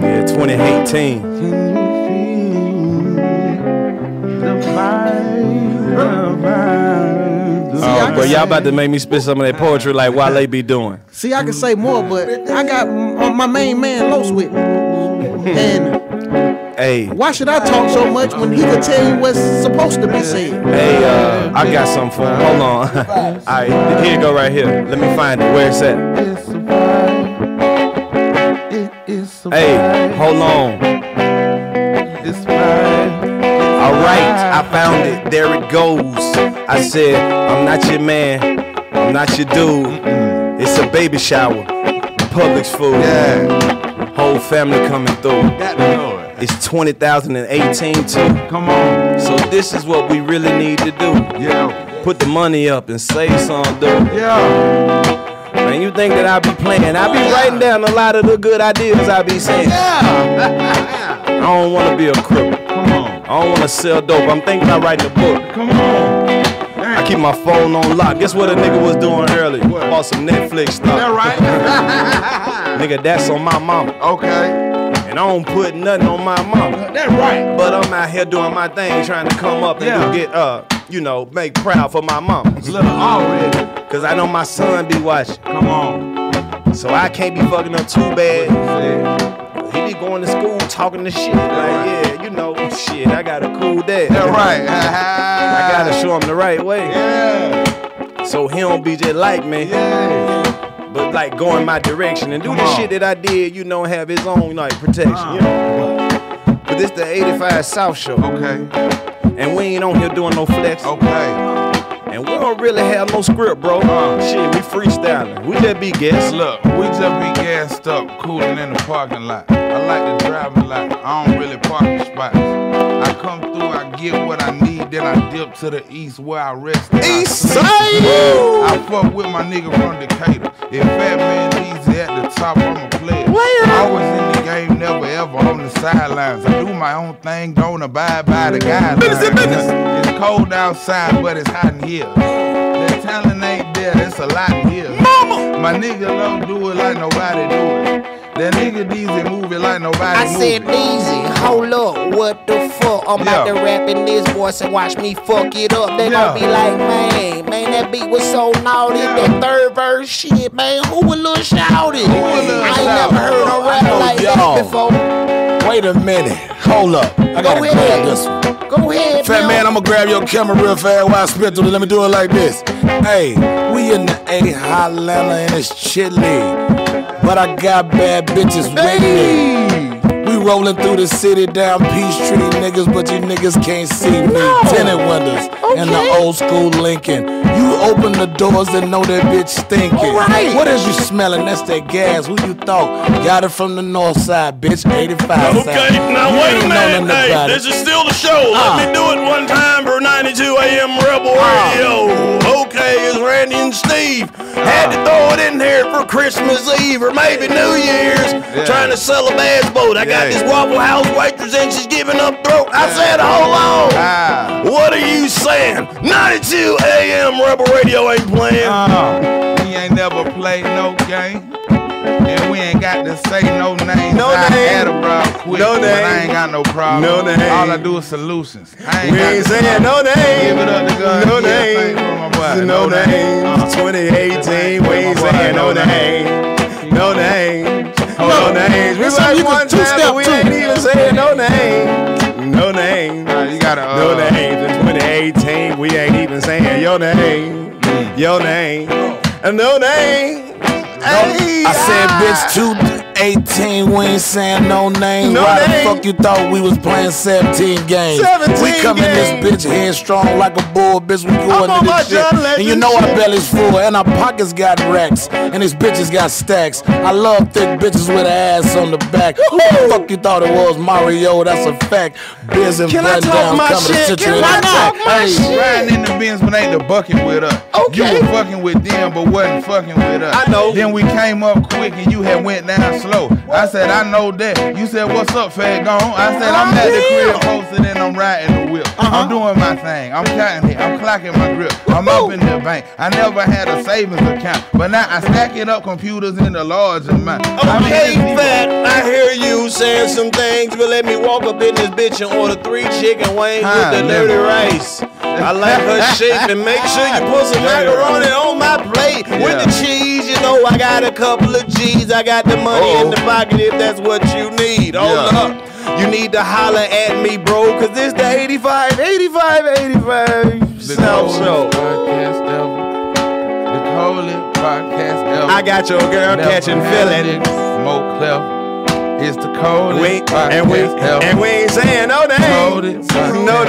Yeah, 2018. Oh, bro, y'all about to make me spit some of that poetry like Wale be doing. See, I can say more, but I got m- my main man Los with me. And Hey, why should I talk so much when he can tell you what's supposed to be said? hey, uh, I got something for him. Hold on. (laughs) All right, here you go right here. Let me find it. Where it's at? Hey, hold on. All right, I found it. There it goes. I said, I'm not your man. I'm not your dude. It's a baby shower. Publix food. Yeah. Whole family coming through. It's 20,018 too. Come on. So this is what we really need to do. Yeah. Put the money up and save some, dude. Yeah. Man, you think that I be playing? I be writing down a lot of the good ideas I be saying. Yeah. I don't wanna be a cripple. Come on. I don't wanna sell dope. I'm thinking about writing a book. Come on. I keep my phone on lock. Guess what a nigga was doing earlier? Bought some Netflix stuff. that right? (laughs) nigga, that's on my mama. Okay. And I don't put nothing on my mama. That right. But I'm out here doing my thing, trying to come up and do get uh, you know, make proud for my mama. Little already. Cause I know my son be watching. Come on. So I can't be fucking up too bad. He be going to school talking this shit. Like, yeah, you know, shit, I got a cool dad. That right. (laughs) I gotta show him the right way. Yeah. So he don't be just like me. Yeah. But like going my direction and do the shit that I did, you know, and have his own like protection. You know. But this the 85 South Show. Okay. And we ain't on here doing no flex. Oh. Okay. And we don't really have no script, bro. Shit, we freestyling. We just be guests. Look, we just be gassed up, cooling in the parking lot. I like to drive a lot. I don't really park in spots. I come through, I get what I need, then I dip to the east where I rest. East side. I fuck with my nigga from Decatur. If Fat Man needs it at the top, I'm a player. I was in the game, never ever on the sidelines. I do my own thing, don't abide by the guidelines. It's cold outside, but it's hot in here. The talent ain't there, it's a lot in here. Mama! My nigga don't do it like nobody do it. That nigga DZ move it like nobody I move said it. easy, hold up, what the fuck? I'm about Yeah. to rap in this voice and watch me fuck it up. They Yeah. gon' be like, man, man, that beat was so naughty. That third verse shit, man, who a little shouty? I ain't never heard a rap like that before. Wait a minute. Hold up. I gotta ahead. grab this one. Go ahead, Fat man, I'ma grab your camera real fast while I spit through it. Let me do it like this. Hey, we in the 80 hot Atlanta and it's chilly. But I got bad bitches waiting. We rolling through the city down Peachtree, niggas, but you niggas can't see me. Tenant wonders, in the old school Lincoln. You open the doors and know that bitch stinking. Alright. What is you smelling? That's that gas. Who you thought? Got it from the north side, bitch. 85 Okay, now wait a minute. Hey, this is still the show. Let me do it one time for 92 AM Rebel Radio. Okay, it's Randy and Steve. Had to throw it in there for Christmas Eve or maybe New Year's. Trying to sell a bass boat. I got this Waffle House waitress and she's giving up throat. I said, hold on. Ah. What are you saying? 92 AM Rebel Radio ain't playing. We ain't never played no game. And we ain't got to say no names. No I name. had a problem quick, No but name. I ain't got no problem. No name. All I do is solutions. I ain't We got ain't the- saying no name. Give it up to God. No Uh, Yeah, name. thank you for my boy. Uh, No name. Uh, 2018, we ain't saying no name. No name. No names. We like one time, but we ain't even saying no name. No name. You gotta. Uh, no names. In 2018, we ain't even saying your name. Mm. Your name. And no name. I said, bitch, 218, we ain't saying no name. No Why name. the fuck you thought we was playing 17 games? 17 we come in this bitch headstrong like a bull, bitch. We going I'm on to my this shit. John Legend And you know our shit. belly's full, and our pockets got racks, and these bitches got stacks. I love thick bitches with a ass on the back. Who the fuck you thought it was, Mario? That's a fact. Biz and Can I button talk down my coming to shit? sit you Can in I the talk back. my Hey. shit? Riding in the Benz, but ain't the bucking with us. Okay. You were fucking with them, but wasn't fucking with us. I know. Then we came up quick and you had went down slow. I said, I know that. You said, what's up, fag gone? I said, I'm at the crib posted and I'm riding the whip. I'm doing my thing. I'm counting it. I'm clocking my grip. I'm up in the bank. I never had a savings account, but now I stack it up computers in a large amount. Okay, Fat, I hear you saying some things, but let me walk up in this bitch and order three chicken wings Huh, with the dirty never. rice. I like (laughs) her shape and make sure you put some macaroni on my plate with the cheese. You know I got a couple of G's. I got the money in the pocket if that's what you need. Hold up. You need to holler at me, bro, cause this the 85, 85, 85 South Show. Podcast ever. The coldest podcast ever. I got your girl catching feeling. Smoke cleft. It's the coldest We- podcast and we- ever. and we ain't saying no name. Coldest No podcast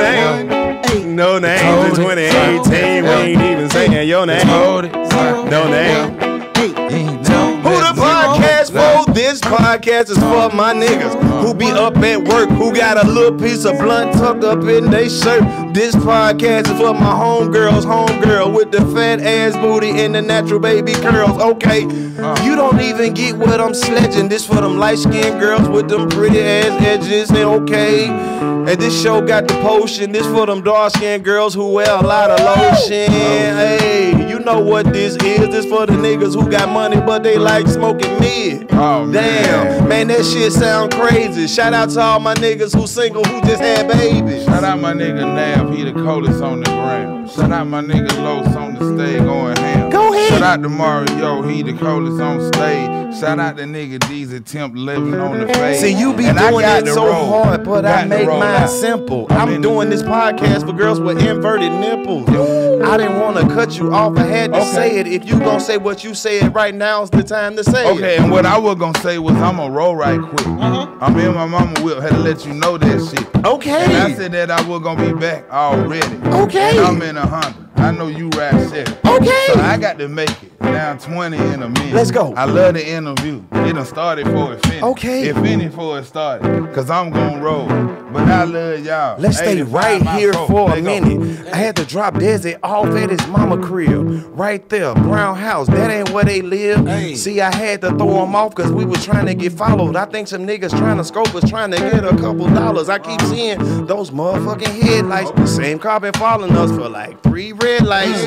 name. No name. In 2018, we ain't even saying your name. No name. Who the podcast for? This podcast is for my niggas who be up at work, who got a little piece of blunt tucked up in their shirt. This podcast is for my homegirls, homegirl with the fat ass booty and the natural baby curls. Okay, you don't even get what I'm sledging. This for them light skinned girls with them pretty ass edges. And okay, and this show got the potion. This for them dark skinned girls who wear a lot of lotion. Hey, you know what this is. This for the niggas who got money but they like smoking mid. Oh, Damn, man. that shit sound crazy. Shout out to all my niggas who single who just had babies. Shout out my nigga Nav, he the coldest on the ground. Shout out my nigga Los on the stage going ham. Go ahead. Shout out to Mario, he the coldest on stage. Shout out to nigga D's attempt living on the fade. See, you be And I doing got it the so road. hard, but Got I the make road. mine simple. I'm doing this podcast for girls with inverted nipples. I didn't want to cut you off. I had to Okay. say it. If you gonna say what you said right now's the time to say Okay, it. Uh-huh. and what I was gonna say was I'm gonna roll right quick. I'm in my mama whip, had to let you know that shit. Okay. And I said that I was gonna be back already. Okay. And I'm in a Honda. I know you ride shit. Okay. So I got to make it. Now 20 in a minute. Let's go. I love the interview. It done started for it finished. Okay. It finished for it started. Cause I'm gonna roll. But I love y'all. Let's stay 85 right my here folk. for a Let's go. minute. I had to drop Desi off at his mama crib. Right there, Brown House. That ain't where they live. See, I had to throw him off because we was trying to get followed. I think some niggas trying to scope us, trying to get a couple dollars. I keep seeing those motherfucking headlights. The same car been following us for like three red lights.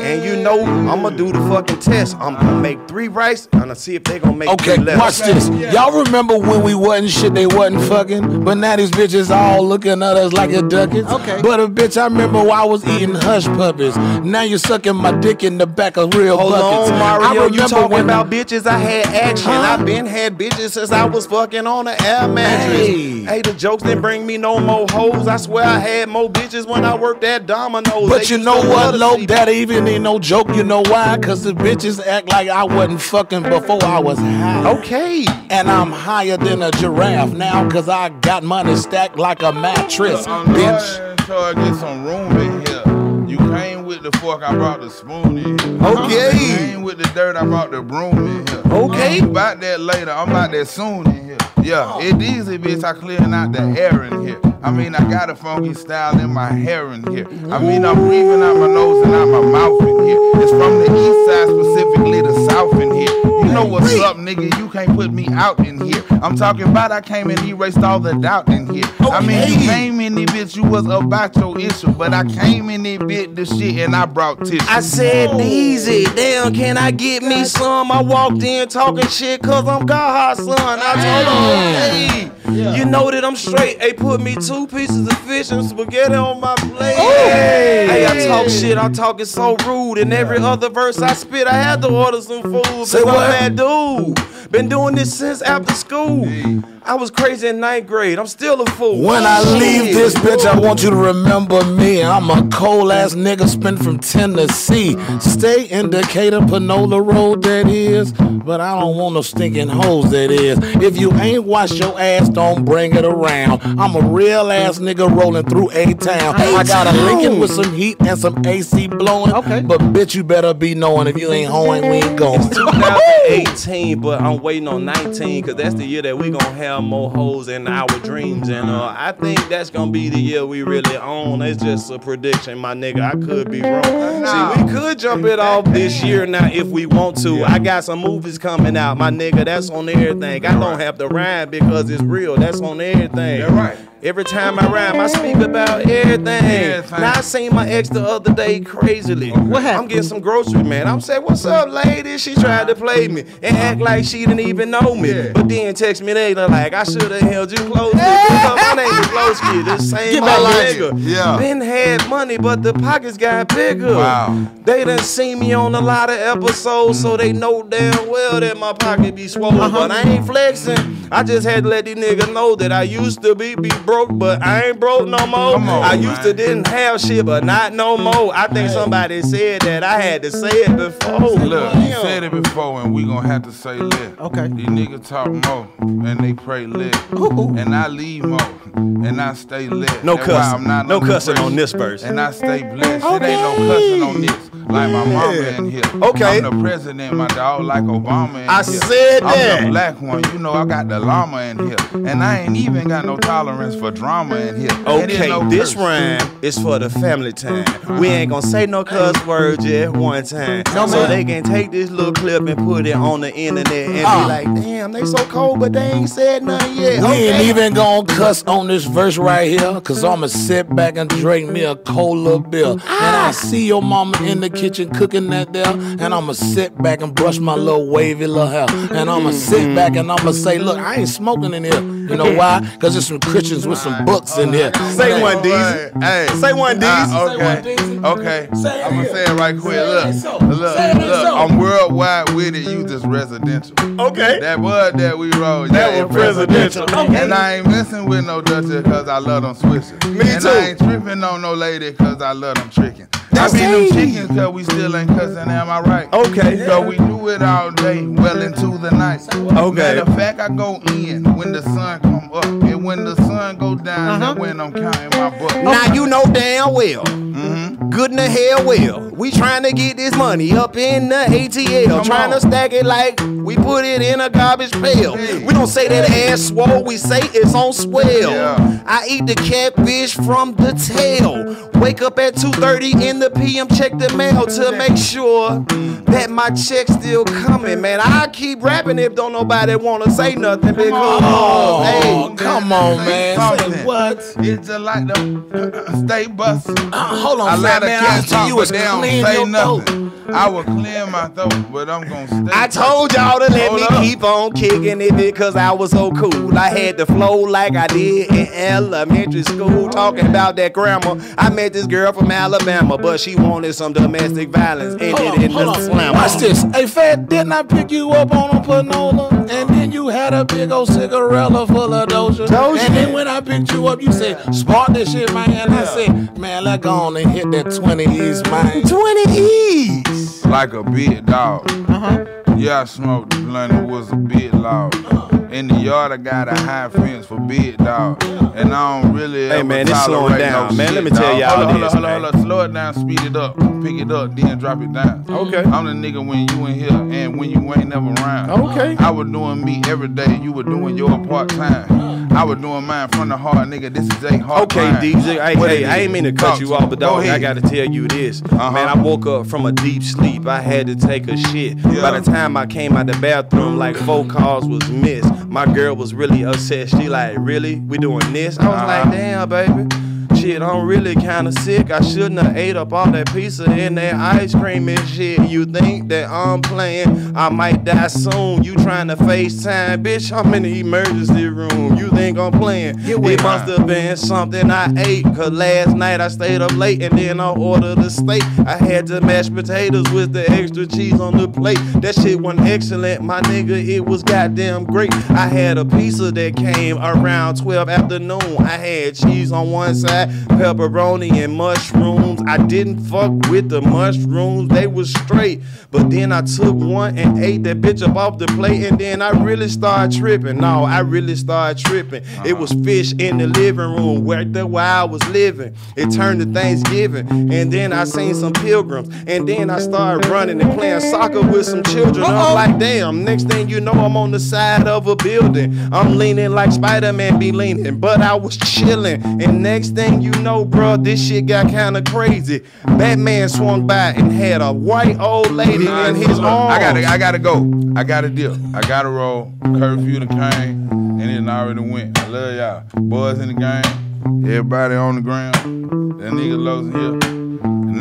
And you know, I'ma do the fucking test. I'm gonna make three rights. I'm gonna see if they gonna make Okay, three left. watch this. Y'all remember when we wasn't shit, they wasn't fucking, but now these bitches all looking at us like a duckets. Okay. But a bitch, I remember when I was eating hush puppies. Now you sucking my dick in the back of real Hold buckets. on, I Mario. remember You talking when about bitches? I had action. i been had bitches since I was fucking on the air mattress. Hey. the jokes didn't bring me no more hoes. I swear I had more bitches when I worked at Domino's. But They you used know to what, love to Loke? That even ain't no joke. You know why? Cause the bitches act like I wasn't fucking before I was high. Okay. And I'm higher than a giraffe now, cause I Uh, got money stacked like a mattress, I'm bitch. trying to get some room in here. You came with the fork, I brought the spoon in here. Okay. You came with the dirt, I brought the broom in here. Okay. I'm about that later, I'm about that soon in here. Yeah, Oh. it easy, bitch. I clearing out the air in here. I mean, I got a funky style in my hair in here. I mean, I'm breathing out my nose and out my mouth in here. It's from the east side, specifically the south in here. You know what's up, nigga? You can't put me out in here. I'm talking about I came and erased all the doubt in here. I mean, you came in it, bitch. You was about your issue, but I came in it, bitch, this shit, and I brought tissue. I said easy, damn, can I get me some? I walked in talking shit cause I'm God's son. I told him, hey, you know that I'm straight. Hey, put me two pieces of fish and spaghetti on my plate. Hey, I talk shit, I talk it so rude. And every other verse I spit, I had to order some food. Say what? I'm that dude. Been doing this since after school. I was crazy in ninth grade. I'm still a fool. When I Shit. leave this bitch, I want you to remember me. I'm a cold ass nigga spin from Tennessee. Stay in Decatur, Panola Road, that is. But I don't want no stinking hoes, that is. If you ain't wash your ass, don't bring it around. I'm a real ass nigga rolling through A Town. I got a Lincoln with some heat and some AC blowing. Okay. But bitch, you better be knowing if you ain't hoeing, we ain't going. 2018, but I'm waiting on 19 because that's the year that we gonna have more hoes in our dreams, and uh, I think that's gonna be the year we really own. It's just a prediction, my nigga. I could be wrong. See, we could jump it off this year now if we want to. I got some movies coming out, my nigga. That's on everything. I don't have to rhyme because it's real. That's on everything. right. Every time I rhyme, I speak about everything. Now I seen my ex the other day crazily. What happened? I'm getting some groceries, man. I'm saying, what's up, lady? She tried to play me and act like she didn't even know me. But then text me later like, I should have held you close. my name is Blowski, (laughs) the same Get old back like nigga. it. Yeah. Been had money, but the pockets got bigger. Wow. They done seen me on a lot of episodes, so they know damn well that my pocket be swollen. But I ain't flexing. I just had to let these niggas know that I used to be be broke, but I ain't broke no more. I used to didn't have shit, but not no more. I think somebody said that I had to say it before. Look, you said it before, and we gonna have to say less. Okay. These niggas talk more, and they pray less. And I leave more, and I stay less. No That's why cussing. I'm not No under cussing pressure. on this verse. And I stay blessed. It ain't no cussing on this. Like my mama in here. Okay. I'm the president, my dog, like Obama in I here. said I'm that. the black one. You know I got the llama in here. And I ain't even got no tolerance for drama in here. It is Okay, no this curse. rhyme is for the family time. We ain't gonna say no cuss words just one time. No, so ma'am. they can take this little clip and put it on the internet and be like, damn, they so cold, but they ain't said nothing yet. We ain't Okay. even gonna cuss on this verse right here, cause I'ma sit back and drink me a cola bill. And Ah. I see your mama in the kitchen cooking that there, and I'ma sit back and brush my little wavy little hair. And I'ma sit back and I'ma say, look, I ain't smoking in here. You know why? Cause there's some Christians with some books in here. Say one, Deezy. Hey, Say one, Deezy. Ah, okay, okay. I'm gonna say it right quick. Look, look, look. Say it like so. I'm worldwide with it. You just residential. Okay. That word that we wrote. That yeah, was it presidential. And I ain't messing with no Dutchess cause I love them switches. Me and too. I ain't tripping on no lady cause I love them chicken. I mean them chickens cause we still ain't cussing, am I right? Okay. So we do it all day, well into the night. Okay. Matter of fact, I go in when the sun come up. And when the sun go down, that's when I'm counting my bucks. Uh-huh. Now you know damn well. Good in the hell well. We trying to get this money up in the ATL. trying to stack it like we put it in a garbage pail. We don't say that ass swole, we say it's on swell. I eat the catfish from the tail. Wake up at 2.30 in the PM, check the mail to make sure that my check's still coming. Man, I keep rapping if don't nobody wanna say nothing because hey, come on, man. what? It's just like the (clears throat) stay busting. hold on, I fat let a man, I cat asked you, talk, you but was they don't cleaning say your nothing. I will clear my throat, but I'm gonna stay. I told y'all to let Hold me up. Mm-hmm. keep on kicking it because I was so cool. I had the flow like I did in elementary Oh, school. Talking about that grammar, I met this girl from Alabama, but she wanted some domestic Mm-hmm. violence. Ended in the slammer. Watch this. Hey, fat, didn't I pick you up on a panola? And then you had a big old cigarella full of doja. And then when I picked you up, you said, spark this shit, man. And I said, man, let go on and hit that 20 E's, man. 20 E's? Like a big dog. Yeah, I smoked the blunt. It was a bit loud. In the yard, I got a high fence for big dog, and I don't really. Hey, ever man, it's slowing tolerate down, no man. shit, Let me tell dawg. y'all hold this, on, hold on, hold on, slow it down, speed it up, pick it up, then drop it down. Okay. I'm the nigga when you in here and when you ain't never around. Okay. I was doing me every day, you were doing your part time. I was doing mine from the heart, nigga. This is a hard. Okay, grind. DJ. Hey, What hey, it I is. ain't mean to Talk cut you me. off, but Go dog, I ahead. gotta tell you this. Man, I woke up from a deep sleep. I had to take a shit. By the time I came out the bathroom, like four calls was missed. My girl was really upset. She like, really? We doing this? I was like, damn, baby. Shit, I'm really kinda sick. I shouldn't have ate up all that pizza and that ice cream and shit. You think that I'm playing? I might die soon. You trying to FaceTime, bitch? I'm in the emergency room. You think I'm playing? It must have been something I ate. Cause last night I stayed up late and then I ordered a steak. I had the mashed potatoes with the extra cheese on the plate. That shit wasn't excellent, my nigga. It was goddamn great. I had a pizza that came around 12 afternoon. I had cheese on one side, pepperoni and mushrooms. I didn't fuck with the mushrooms, they was straight. But then I took one and ate that bitch up off the plate, and then I really started tripping. No, I really started tripping. It was Uh-huh. fish in the living room, where the where I was living. It turned to Thanksgiving, and then I seen some pilgrims, and then I started running and playing soccer with some children. I'm like, damn. Next thing you know, I'm on the side of a building. I'm leaning like Spider-Man be leaning, but I was chilling. And next thing you know, bro, this shit got kinda crazy. Batman swung by and had a white old lady Nah, in look, his arms. I gotta, I gotta go. I gotta deal. I gotta roll. Curfew the came, and it already went. I love y'all. Boys in the game. Everybody on the ground. That nigga loves here.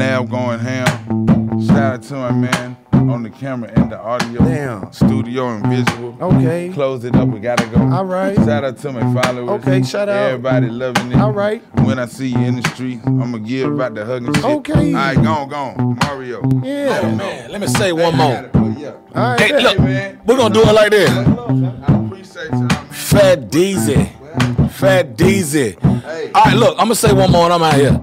Now going ham. Shout out to my man on the camera and the audio. Damn. Studio and visual. Okay. Close it up. We gotta go. All right. Shout out to my followers. Okay, shout out. Everybody loving it. All right. When I see you in the street, I'ma give about the hug and shit. Okay. All right, gone, gone. Mario. Yeah. man, let me say one more. All right, Hey, yeah. look, we're gonna do it like this. Fat Deezy. Fat Deezy. All right, look, I'm gonna say one more and I'm out here.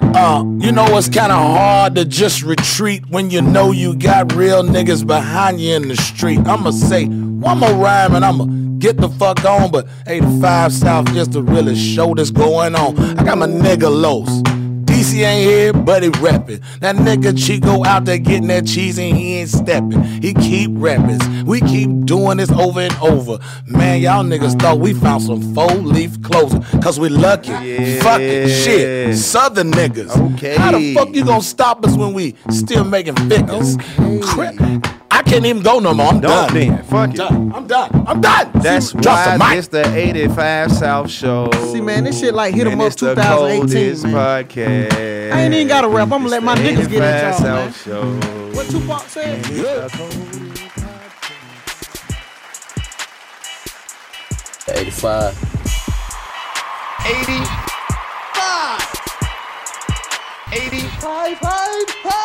Uh, you know it's kind of hard to just retreat when you know you got real niggas behind you in the street. I'ma say one more rhyme and I'ma get the fuck on, but 85 South just to really show this going on. I got my nigga Los. DC ain't here, but he rapping. That nigga Chico out there getting that cheese and he ain't stepping. He keep rapping. We keep doing this over and over. Man, y'all niggas thought we found some four leaf closer. Cause we lucky. Fuck it. Shit. Southern niggas. Okay. How the fuck you gonna stop us when we still making figures? Crap. I can't even go no more. I'm Don't done. then. Fuck I'm done. I'm done. I'm done. That's Drop the why mic. it's the 85 South Show. See, man, this shit like Hit 'Em And Up it's the 2018, coldest podcast. I ain't even got a rap. I'ma It's let my the niggas get at 85 y'all, man. South Show. What Tupac said? Yeah. 85. 80. 85. 85.